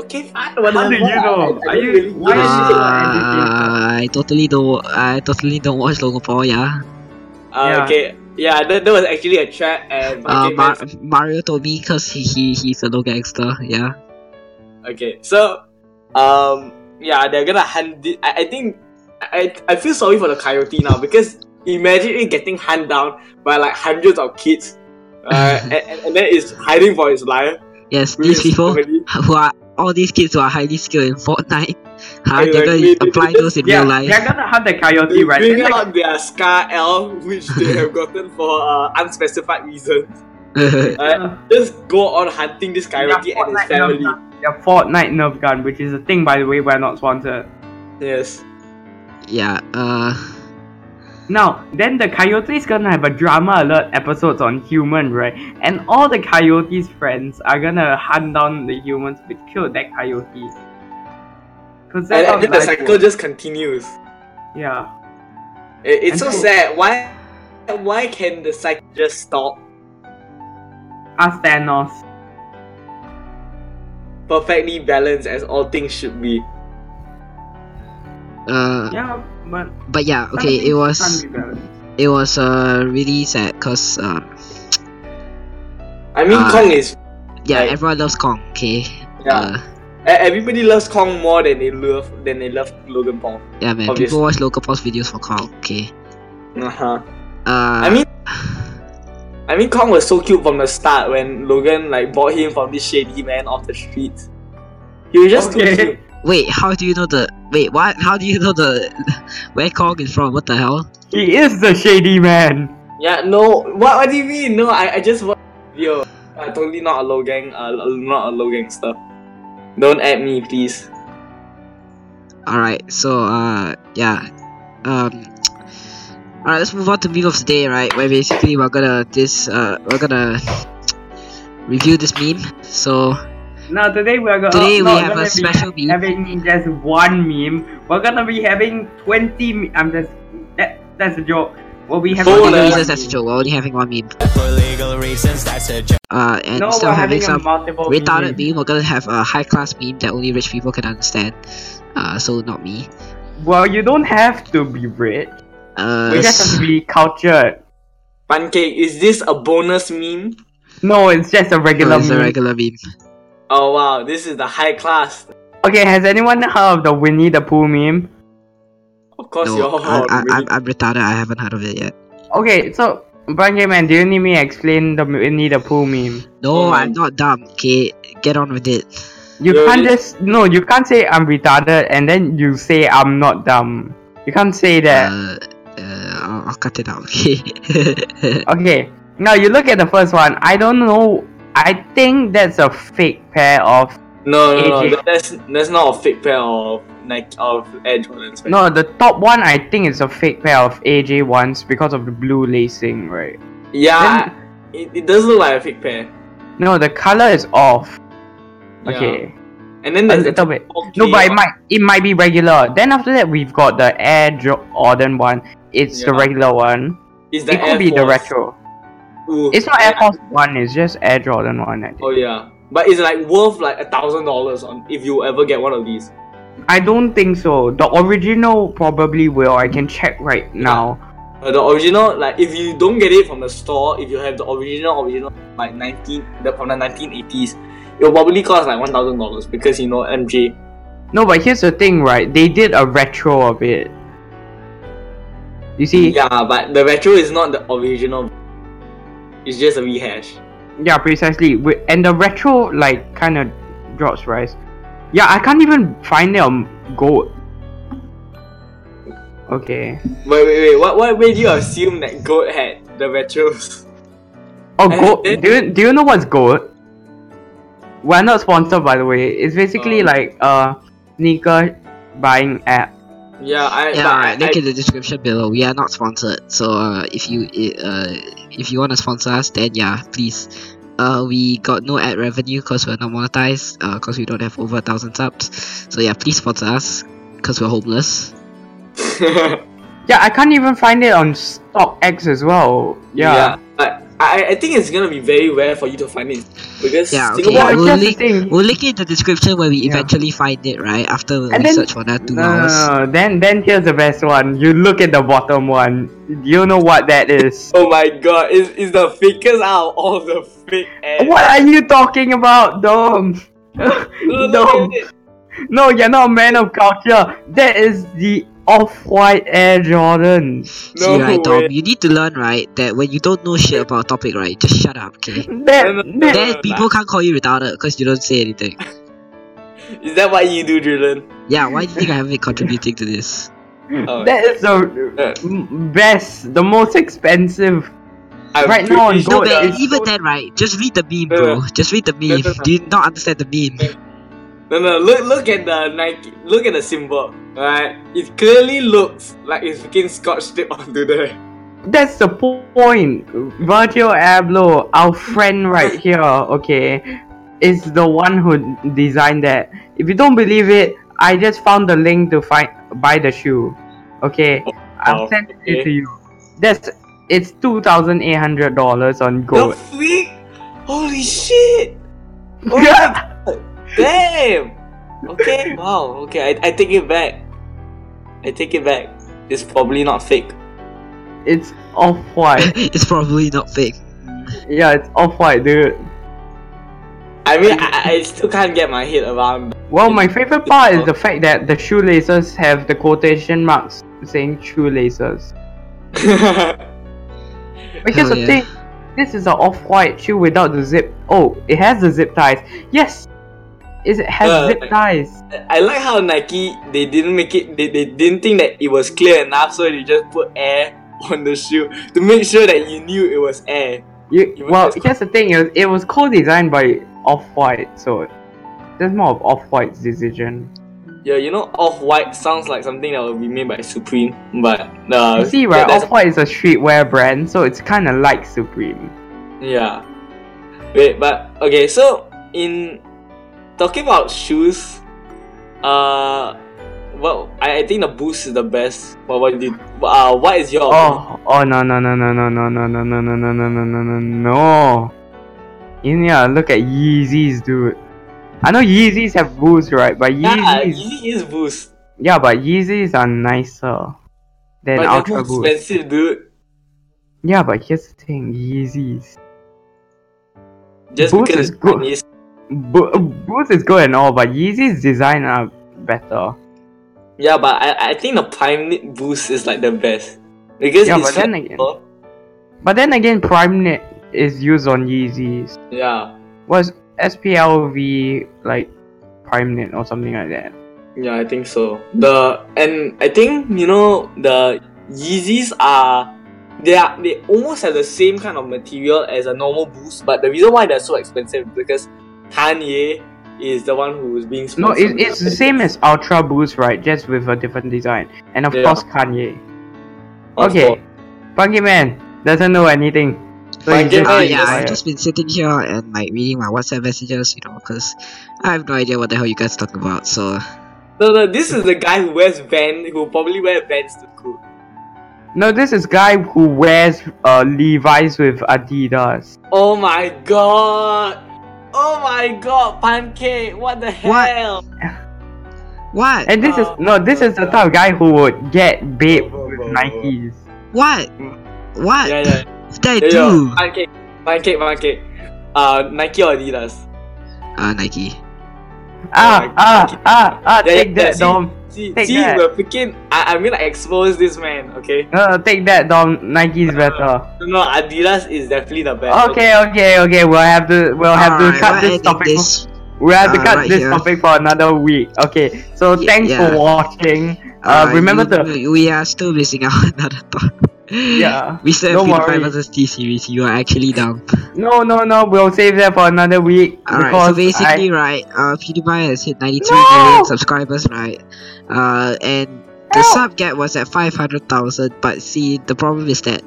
[SPEAKER 3] Okay,
[SPEAKER 2] How
[SPEAKER 3] fine.
[SPEAKER 2] do
[SPEAKER 3] whatever.
[SPEAKER 2] you know?
[SPEAKER 3] I- I
[SPEAKER 2] Are
[SPEAKER 3] don't
[SPEAKER 2] you-
[SPEAKER 3] really
[SPEAKER 2] why
[SPEAKER 3] give a
[SPEAKER 2] is
[SPEAKER 3] shit.
[SPEAKER 2] it-
[SPEAKER 4] uh, i totally don't i totally don't watch logan paul yeah
[SPEAKER 3] Uh,
[SPEAKER 2] Yeah.
[SPEAKER 3] Okay, yeah, that, that was actually a trap. And
[SPEAKER 4] uh
[SPEAKER 3] okay,
[SPEAKER 4] Mar-
[SPEAKER 3] that's-
[SPEAKER 4] mario told me because he, he he's a low gangster yeah
[SPEAKER 3] Mm. okay, so, um, yeah, they're gonna hunt. It. I, I think I I feel sorry for the coyote now because imagine it getting hunted down by like hundreds of kids, uh, and, and and then it's hiding for his life.
[SPEAKER 4] yes
[SPEAKER 3] which
[SPEAKER 4] these
[SPEAKER 3] is
[SPEAKER 4] people
[SPEAKER 3] comedy.
[SPEAKER 4] who are all these kids who are highly skilled in Fortnite, huh?
[SPEAKER 3] Exactly.
[SPEAKER 4] They're gonna apply those in
[SPEAKER 2] Yeah,
[SPEAKER 4] real life.
[SPEAKER 2] they're gonna hunt the coyote
[SPEAKER 3] They
[SPEAKER 2] right.
[SPEAKER 3] bring
[SPEAKER 2] Then the-
[SPEAKER 3] out their Scar L, which they have gotten for uh, unspecified reason. Uh, just go on hunting this coyote and his
[SPEAKER 2] Fortnite nerf
[SPEAKER 3] family.
[SPEAKER 2] gun. Their Fortnite Nerf Gun, which is a thing, by the way, we're not sponsored.
[SPEAKER 3] Yes.
[SPEAKER 4] yeah. Uh.
[SPEAKER 2] Now, then the coyote's gonna have a drama alert episodes on human, right? And all the coyote's friends are gonna hunt down the humans but kill that coyote. Cause
[SPEAKER 3] And,
[SPEAKER 2] that's how
[SPEAKER 3] and then the
[SPEAKER 2] life
[SPEAKER 3] cycle
[SPEAKER 2] works.
[SPEAKER 3] just continues.
[SPEAKER 2] Yeah.
[SPEAKER 3] It- it's so
[SPEAKER 2] And-
[SPEAKER 3] sad. Why why can the cycle just stop?
[SPEAKER 2] Ask Thanos.
[SPEAKER 3] Perfectly balanced as all things should be.
[SPEAKER 4] Uh.
[SPEAKER 2] Yeah, but
[SPEAKER 4] But yeah.
[SPEAKER 2] some
[SPEAKER 4] Okay. It
[SPEAKER 2] things
[SPEAKER 4] was.
[SPEAKER 2] can't be balanced.
[SPEAKER 4] It was uh really sad because um
[SPEAKER 3] I mean,
[SPEAKER 4] Ah.
[SPEAKER 3] Kong is.
[SPEAKER 4] yeah
[SPEAKER 3] Right.
[SPEAKER 4] everyone loves Kong. Okay.
[SPEAKER 3] Yeah.
[SPEAKER 4] Uh,
[SPEAKER 3] e- Everybody loves Kong more than they love than they love Logan Paul.
[SPEAKER 4] yeah man.
[SPEAKER 3] Obvious.
[SPEAKER 4] People watch local post videos for Kong. Okay.
[SPEAKER 3] Uh huh.
[SPEAKER 4] Uh.
[SPEAKER 3] I mean, I mean, Kong was so cute from the start when Logan like bought him from this shady man off the street. He was just
[SPEAKER 2] Okay.
[SPEAKER 3] too cute.
[SPEAKER 4] Wait. How do you know the? Wait. What? How do you know the? Where Kong is from? What the hell?
[SPEAKER 2] He is the shady man.
[SPEAKER 3] Yeah, no. What? What do you mean? No, I, I just watched the video. i totally not a low gang. Uh, not a low gang stuff. Don't add me, please.
[SPEAKER 4] All right. So uh yeah. Um. All right. Let's move on to meme of the day. Right. Where basically we're gonna this uh we're gonna review this meme. So.
[SPEAKER 2] Now today we are gonna
[SPEAKER 4] Today
[SPEAKER 2] not
[SPEAKER 4] we have
[SPEAKER 2] gonna be
[SPEAKER 4] a special meme.
[SPEAKER 2] having just one meme. We're gonna be having twenty. Me- I'm just that that's a joke. We'll be having
[SPEAKER 3] Oh,
[SPEAKER 4] Only
[SPEAKER 3] no.
[SPEAKER 4] reasons that's a joke. We're only having one meme.
[SPEAKER 5] For legal reasons, that's a joke.
[SPEAKER 4] Uh, and
[SPEAKER 2] no,
[SPEAKER 4] still
[SPEAKER 2] we're
[SPEAKER 4] having
[SPEAKER 2] having a
[SPEAKER 4] some
[SPEAKER 2] multiple
[SPEAKER 4] retarded
[SPEAKER 2] meme.
[SPEAKER 4] meme. We're gonna have a high class meme that only rich people can understand. Uh, so not me.
[SPEAKER 2] Well, you don't have to be rich.
[SPEAKER 4] Uh,
[SPEAKER 2] You just have to be cultured.
[SPEAKER 3] Pancake, is this a bonus meme?
[SPEAKER 2] No, it's just a regular.
[SPEAKER 4] No, it's a
[SPEAKER 2] meme.
[SPEAKER 4] regular meme.
[SPEAKER 3] Oh wow, this is the high class.
[SPEAKER 2] Okay, has anyone heard of the Winnie the Pooh meme?
[SPEAKER 3] Of course, you're
[SPEAKER 4] No,
[SPEAKER 3] all
[SPEAKER 4] I, I, I'm,
[SPEAKER 3] really-
[SPEAKER 4] I'm retarded. I haven't heard of it yet.
[SPEAKER 2] Okay, so Brian K. Man, do you need me to explain the Winnie the Pooh meme?
[SPEAKER 4] No,
[SPEAKER 3] Oh.
[SPEAKER 4] I'm not dumb. Okay, get on with it.
[SPEAKER 2] You
[SPEAKER 3] Yeah,
[SPEAKER 2] can't
[SPEAKER 3] it-
[SPEAKER 2] just no. You can't say I'm retarded and then you say I'm not dumb. You can't say that.
[SPEAKER 4] Uh, uh, I'll, I'll cut it out. Okay. Uh,
[SPEAKER 2] okay, now you look at the first one. I don't know. I think that's a fake pair of
[SPEAKER 3] no, no, no.
[SPEAKER 2] AJ.
[SPEAKER 3] that- That's that's not a fake pair of Nike of Air Jordans. man.
[SPEAKER 2] no. The top one I think is a fake pair of AJ ones because of the blue lacing, right?
[SPEAKER 3] Yeah, it, it does look like a fake pair.
[SPEAKER 2] No, the color is off.
[SPEAKER 3] Yeah.
[SPEAKER 2] Okay,
[SPEAKER 3] And then
[SPEAKER 2] a
[SPEAKER 3] there's
[SPEAKER 2] little bit.
[SPEAKER 3] Okay,
[SPEAKER 2] No, but it
[SPEAKER 3] uh,
[SPEAKER 2] might it might be regular. Then after that, we've got the Air Jordan one. It's the
[SPEAKER 3] Yeah.
[SPEAKER 2] regular one.
[SPEAKER 3] it's the
[SPEAKER 2] it could
[SPEAKER 3] Air
[SPEAKER 2] be the
[SPEAKER 3] Force.
[SPEAKER 2] retro.
[SPEAKER 3] Ooh,
[SPEAKER 2] It's not Air
[SPEAKER 3] yeah.
[SPEAKER 2] Force One. It's just Air Jordan One. I think.
[SPEAKER 3] Oh yeah, but it's like worth like a thousand dollars on if you ever get one of these.
[SPEAKER 2] I don't think so. The original probably will. I can check right now.
[SPEAKER 3] Uh, the original, like if you don't get it from the store, if you have the original original like nineteen the, from the nineteen eighties, it'll probably cost like one thousand dollars because you know MJ.
[SPEAKER 2] No, but here's the thing, right? They did a retro of it. You see?
[SPEAKER 3] Yeah, but the retro is not the original. It's just a rehash.
[SPEAKER 2] Yeah, precisely. Wi- And the retro like kind of drops, right? Yeah, I can't even find it on gold. Okay.
[SPEAKER 3] Wait, wait, wait. What what made you assume that Goat had the retros?
[SPEAKER 2] Oh,
[SPEAKER 3] And
[SPEAKER 2] gold.
[SPEAKER 3] then-
[SPEAKER 2] Do you, do you know what's gold? We're not sponsored, by the way. It's basically
[SPEAKER 3] Oh.
[SPEAKER 2] like a sneaker buying app.
[SPEAKER 3] Yeah, I.
[SPEAKER 4] yeah,
[SPEAKER 3] but I-
[SPEAKER 4] alright. Link
[SPEAKER 3] I-
[SPEAKER 4] in the description below. We are not sponsored, so uh, if you i- uh, if you want to sponsor us, then yeah, please. Uh, we got no ad revenue because we're not monetized. Uh, because we don't have over a thousand subs. So yeah, please sponsor us because we're homeless.
[SPEAKER 2] Yeah, I can't even find it on StockX as well. Yeah.
[SPEAKER 3] but I, I think it's gonna be very rare for you to find it because
[SPEAKER 4] Yeah, okay.
[SPEAKER 2] Well,
[SPEAKER 3] Singapore.
[SPEAKER 2] it's
[SPEAKER 4] we'll
[SPEAKER 2] just the
[SPEAKER 4] link-
[SPEAKER 2] thing.
[SPEAKER 4] We'll link it in the description when we
[SPEAKER 2] Yeah.
[SPEAKER 4] eventually find it, right? After we
[SPEAKER 2] And then-
[SPEAKER 4] search for that two
[SPEAKER 2] No, no,
[SPEAKER 4] hours.
[SPEAKER 2] no, no. Then, then here's the best one. You look at the bottom one. You know what that is.
[SPEAKER 3] Oh my god, it's, it's the fakest out of all the fake ass.
[SPEAKER 2] what are you talking about, Dom?
[SPEAKER 3] Look
[SPEAKER 2] Dom.
[SPEAKER 3] at it.
[SPEAKER 2] No, you're not a man of culture. That is the off-white Air Jordan.
[SPEAKER 3] No
[SPEAKER 4] See, right, Tom,
[SPEAKER 3] way.
[SPEAKER 4] you need to learn, right, that when you don't know shit about a topic, right, just shut up, okay?
[SPEAKER 2] That,
[SPEAKER 3] No, no, no,
[SPEAKER 2] that
[SPEAKER 3] no.
[SPEAKER 4] Then people can't call you retarded because you don't say anything.
[SPEAKER 3] Is that what you do, Dylan?
[SPEAKER 4] Yeah, why do you think I haven't been contributing to this?
[SPEAKER 3] Oh,
[SPEAKER 2] that is the
[SPEAKER 3] yeah.
[SPEAKER 2] m- best, the most expensive.
[SPEAKER 3] I'm
[SPEAKER 2] right now on
[SPEAKER 3] pretty
[SPEAKER 2] Go Goat,
[SPEAKER 4] No,
[SPEAKER 3] sure
[SPEAKER 4] but
[SPEAKER 3] that-
[SPEAKER 2] it's-
[SPEAKER 4] even then, right, just read the meme,
[SPEAKER 3] No,
[SPEAKER 4] bro. Just read the
[SPEAKER 3] no,
[SPEAKER 4] meme.
[SPEAKER 3] no.
[SPEAKER 4] Do you not understand the meme?
[SPEAKER 3] No, no, look, look at the Nike, look at the symbol, right? It clearly looks like it's freaking scotch tape onto there.
[SPEAKER 2] That's the po- point. Virgil Abloh, our friend right here, okay, is the one who designed that. If you don't believe it, I just found the link to find buy the shoe. Okay, I'll
[SPEAKER 3] Wow,
[SPEAKER 2] send it
[SPEAKER 3] Oh, okay.
[SPEAKER 2] to you. That's it's two thousand eight hundred dollars on
[SPEAKER 3] The
[SPEAKER 2] gold.
[SPEAKER 3] freak! Holy shit! Oh my god! Damn! Okay, wow, okay, I, I take it back. I take it back. It's probably not fake.
[SPEAKER 2] it's off white.
[SPEAKER 4] it's probably not fake.
[SPEAKER 2] yeah, it's off white, dude.
[SPEAKER 3] I mean, I, I still can't get my head around.
[SPEAKER 2] Well, my favorite part is the fact that the shoelaces have the quotation marks saying shoelaces. But here's
[SPEAKER 3] Oh,
[SPEAKER 4] Hell
[SPEAKER 2] the
[SPEAKER 4] yeah.
[SPEAKER 2] thing this is an off white shoe without the zip. Oh, it has the zip ties. Yes! Is It has
[SPEAKER 3] Uh,
[SPEAKER 2] zip ties.
[SPEAKER 3] I like how Nike they didn't make it. They, they didn't think that it was clear enough, so they just put air on the shoe to make sure that you knew it was air.
[SPEAKER 2] You,
[SPEAKER 3] you
[SPEAKER 2] well,
[SPEAKER 3] must just-
[SPEAKER 2] here's the thing it was, it was co designed by off white, so that's more of off white's decision.
[SPEAKER 3] Yeah, you know, off white sounds like something that would be made by Supreme, but uh,
[SPEAKER 2] you see,
[SPEAKER 3] that-
[SPEAKER 2] right?
[SPEAKER 3] that's-
[SPEAKER 2] Off white is a streetwear brand, so it's kind of like Supreme.
[SPEAKER 3] Yeah. Wait, but okay, so in talking about shoes, uh well, I, I think the boost is the best. But what did uh what is your
[SPEAKER 2] Oh, oh no no no no no no no no no no no no no no no no! You need to look at Yeezys, dude. I know Yeezys have boots, right? But
[SPEAKER 3] yeah,
[SPEAKER 2] Yeezys,
[SPEAKER 3] Yeezy is boost.
[SPEAKER 2] yeah, but Yeezys are nicer than
[SPEAKER 3] But they're
[SPEAKER 2] Ultra
[SPEAKER 3] too
[SPEAKER 2] Boots.
[SPEAKER 3] expensive, dude.
[SPEAKER 2] Yeah, but here's the thing, Yeezys.
[SPEAKER 3] Just
[SPEAKER 2] Boots is
[SPEAKER 3] because
[SPEAKER 2] good.
[SPEAKER 3] it's
[SPEAKER 2] Bo- uh, Boost is good and all, but Yeezy's design are better.
[SPEAKER 3] Yeah, but I, I think the Prime Knit Boost is like the best. Because
[SPEAKER 2] Yeah,
[SPEAKER 3] it's
[SPEAKER 2] but then
[SPEAKER 3] flexible.
[SPEAKER 2] But then again, Prime Knit is used on Yeezys.
[SPEAKER 3] Yeah.
[SPEAKER 2] Was SPLV like Prime Knit or something like that?
[SPEAKER 3] Yeah, I think so. The and I think, you know, the Yeezys are they are they almost have the same kind of material as a normal boost, but the reason why they're so expensive is because Kanye is the one who is being
[SPEAKER 2] No,
[SPEAKER 3] sponsored.
[SPEAKER 2] it, it's the same as Ultra Boost, right? Just with a different design, and of
[SPEAKER 3] Yeah.
[SPEAKER 2] course Kanye.
[SPEAKER 3] Of
[SPEAKER 2] Okay,
[SPEAKER 3] course.
[SPEAKER 2] Punky Man doesn't know anything. So he's
[SPEAKER 3] Punky
[SPEAKER 2] just
[SPEAKER 3] Man
[SPEAKER 4] Oh
[SPEAKER 2] being
[SPEAKER 3] is
[SPEAKER 4] yeah, I've
[SPEAKER 2] quiet.
[SPEAKER 4] just been sitting here and like reading my WhatsApp messages, you know, because I have no idea what the hell you guys talking about. So
[SPEAKER 3] No, no, this is the guy who wears Van who probably wear Vans to school.
[SPEAKER 2] No, this is guy who wears uh, Levi's with Adidas.
[SPEAKER 3] Oh my god! Oh my god, pancake! What the
[SPEAKER 4] What?
[SPEAKER 3] hell?
[SPEAKER 4] what?
[SPEAKER 2] And this is
[SPEAKER 3] Oh,
[SPEAKER 2] no, this is the type of guy who would get babe
[SPEAKER 3] Bro, bro,
[SPEAKER 2] with
[SPEAKER 3] bro, bro.
[SPEAKER 2] Nikes.
[SPEAKER 4] what? What?
[SPEAKER 3] Yeah, yeah.
[SPEAKER 4] That
[SPEAKER 3] Yo,
[SPEAKER 4] do?
[SPEAKER 3] yo, pancake, pancake, pancake. Uh, Nike or Adidas?
[SPEAKER 4] Uh, Nike.
[SPEAKER 2] Ah,
[SPEAKER 3] Nike.
[SPEAKER 2] ah, ah, ah!
[SPEAKER 3] Yeah, yeah,
[SPEAKER 2] Take that,
[SPEAKER 3] see?
[SPEAKER 2] Dom.
[SPEAKER 3] See,
[SPEAKER 2] Take
[SPEAKER 3] see,
[SPEAKER 2] that.
[SPEAKER 3] we're freaking. I, I'm gonna expose this man, okay?
[SPEAKER 2] No, no, Uh, take that, Dom.
[SPEAKER 3] Uh,
[SPEAKER 2] Nike's better.
[SPEAKER 3] No, Adidas is definitely the best.
[SPEAKER 2] Okay, okay, okay. We'll have to, we'll have to
[SPEAKER 4] Alright,
[SPEAKER 2] cut
[SPEAKER 4] we're
[SPEAKER 2] this
[SPEAKER 4] ending
[SPEAKER 2] topic.
[SPEAKER 4] this.
[SPEAKER 2] We'll have to
[SPEAKER 4] Uh,
[SPEAKER 2] cut
[SPEAKER 4] right
[SPEAKER 2] this
[SPEAKER 4] here.
[SPEAKER 2] topic for another week. Okay. So
[SPEAKER 4] Ye-
[SPEAKER 2] thanks
[SPEAKER 4] yeah.
[SPEAKER 2] for watching. Uh, remember
[SPEAKER 4] you-
[SPEAKER 2] to
[SPEAKER 4] you- we are still missing out on another talk.
[SPEAKER 2] Yeah,
[SPEAKER 4] We said
[SPEAKER 2] don't
[SPEAKER 4] Free Fire
[SPEAKER 2] worry.
[SPEAKER 4] versus T series. You are actually dumb.
[SPEAKER 2] no, no, no. We'll save that for another week
[SPEAKER 4] Alright,
[SPEAKER 2] because
[SPEAKER 4] so
[SPEAKER 2] I-
[SPEAKER 4] basically, right, uh, PewDiePie has hit 92
[SPEAKER 2] No!
[SPEAKER 4] million subscribers, right? Uh, and the
[SPEAKER 2] Help!
[SPEAKER 4] sub gap was at 500,000, but see, the problem is that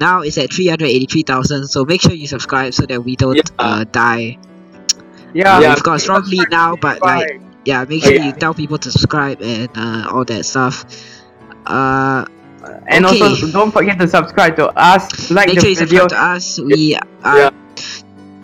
[SPEAKER 4] now it's at 383,000, so make sure you subscribe so that we don't
[SPEAKER 3] Yeah.
[SPEAKER 4] uh, die.
[SPEAKER 2] yeah, Oh,
[SPEAKER 4] Uh,
[SPEAKER 3] Yeah.
[SPEAKER 4] We've got a strong lead now, but like,
[SPEAKER 2] Bye.
[SPEAKER 4] yeah, make sure
[SPEAKER 3] Yeah.
[SPEAKER 4] you tell people to subscribe and uh, all that stuff. Uh,
[SPEAKER 2] and
[SPEAKER 4] okay.
[SPEAKER 2] also don't forget to subscribe to us. Like
[SPEAKER 4] make
[SPEAKER 2] the
[SPEAKER 4] sure you
[SPEAKER 2] video.
[SPEAKER 4] subscribe to us. We uh,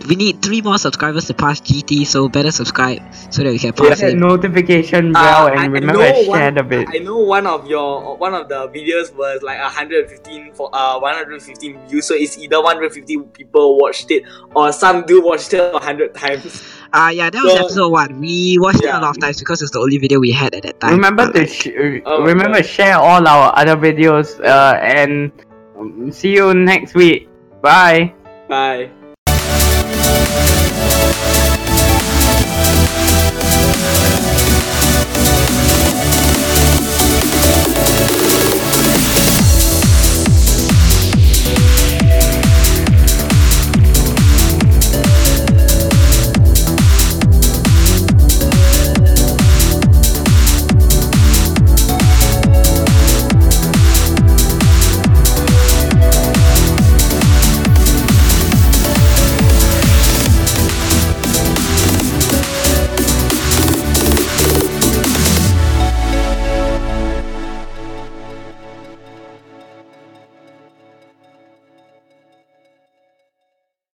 [SPEAKER 4] we need three more subscribers to pass GT, so better subscribe so that we can
[SPEAKER 2] Hit
[SPEAKER 4] pass
[SPEAKER 2] that
[SPEAKER 4] it.
[SPEAKER 2] notification
[SPEAKER 3] Uh,
[SPEAKER 2] bell
[SPEAKER 3] I- I
[SPEAKER 2] and remember
[SPEAKER 3] know
[SPEAKER 2] to
[SPEAKER 3] one-
[SPEAKER 2] share the bit.
[SPEAKER 3] I know one of your one of the videos was like 115 for uh 115 views, so it's either 150 people watched it or some dude watched it 100 times.
[SPEAKER 4] Uh yeah, that was
[SPEAKER 3] So-
[SPEAKER 4] episode one. We watched it
[SPEAKER 3] Yeah.
[SPEAKER 4] a lot of times because it's the only video we had at that time.
[SPEAKER 2] Remember
[SPEAKER 4] Uh,
[SPEAKER 2] to sh-
[SPEAKER 3] Oh,
[SPEAKER 2] remember share all our other videos. Uh, and um, see you next week. Bye.
[SPEAKER 3] Bye.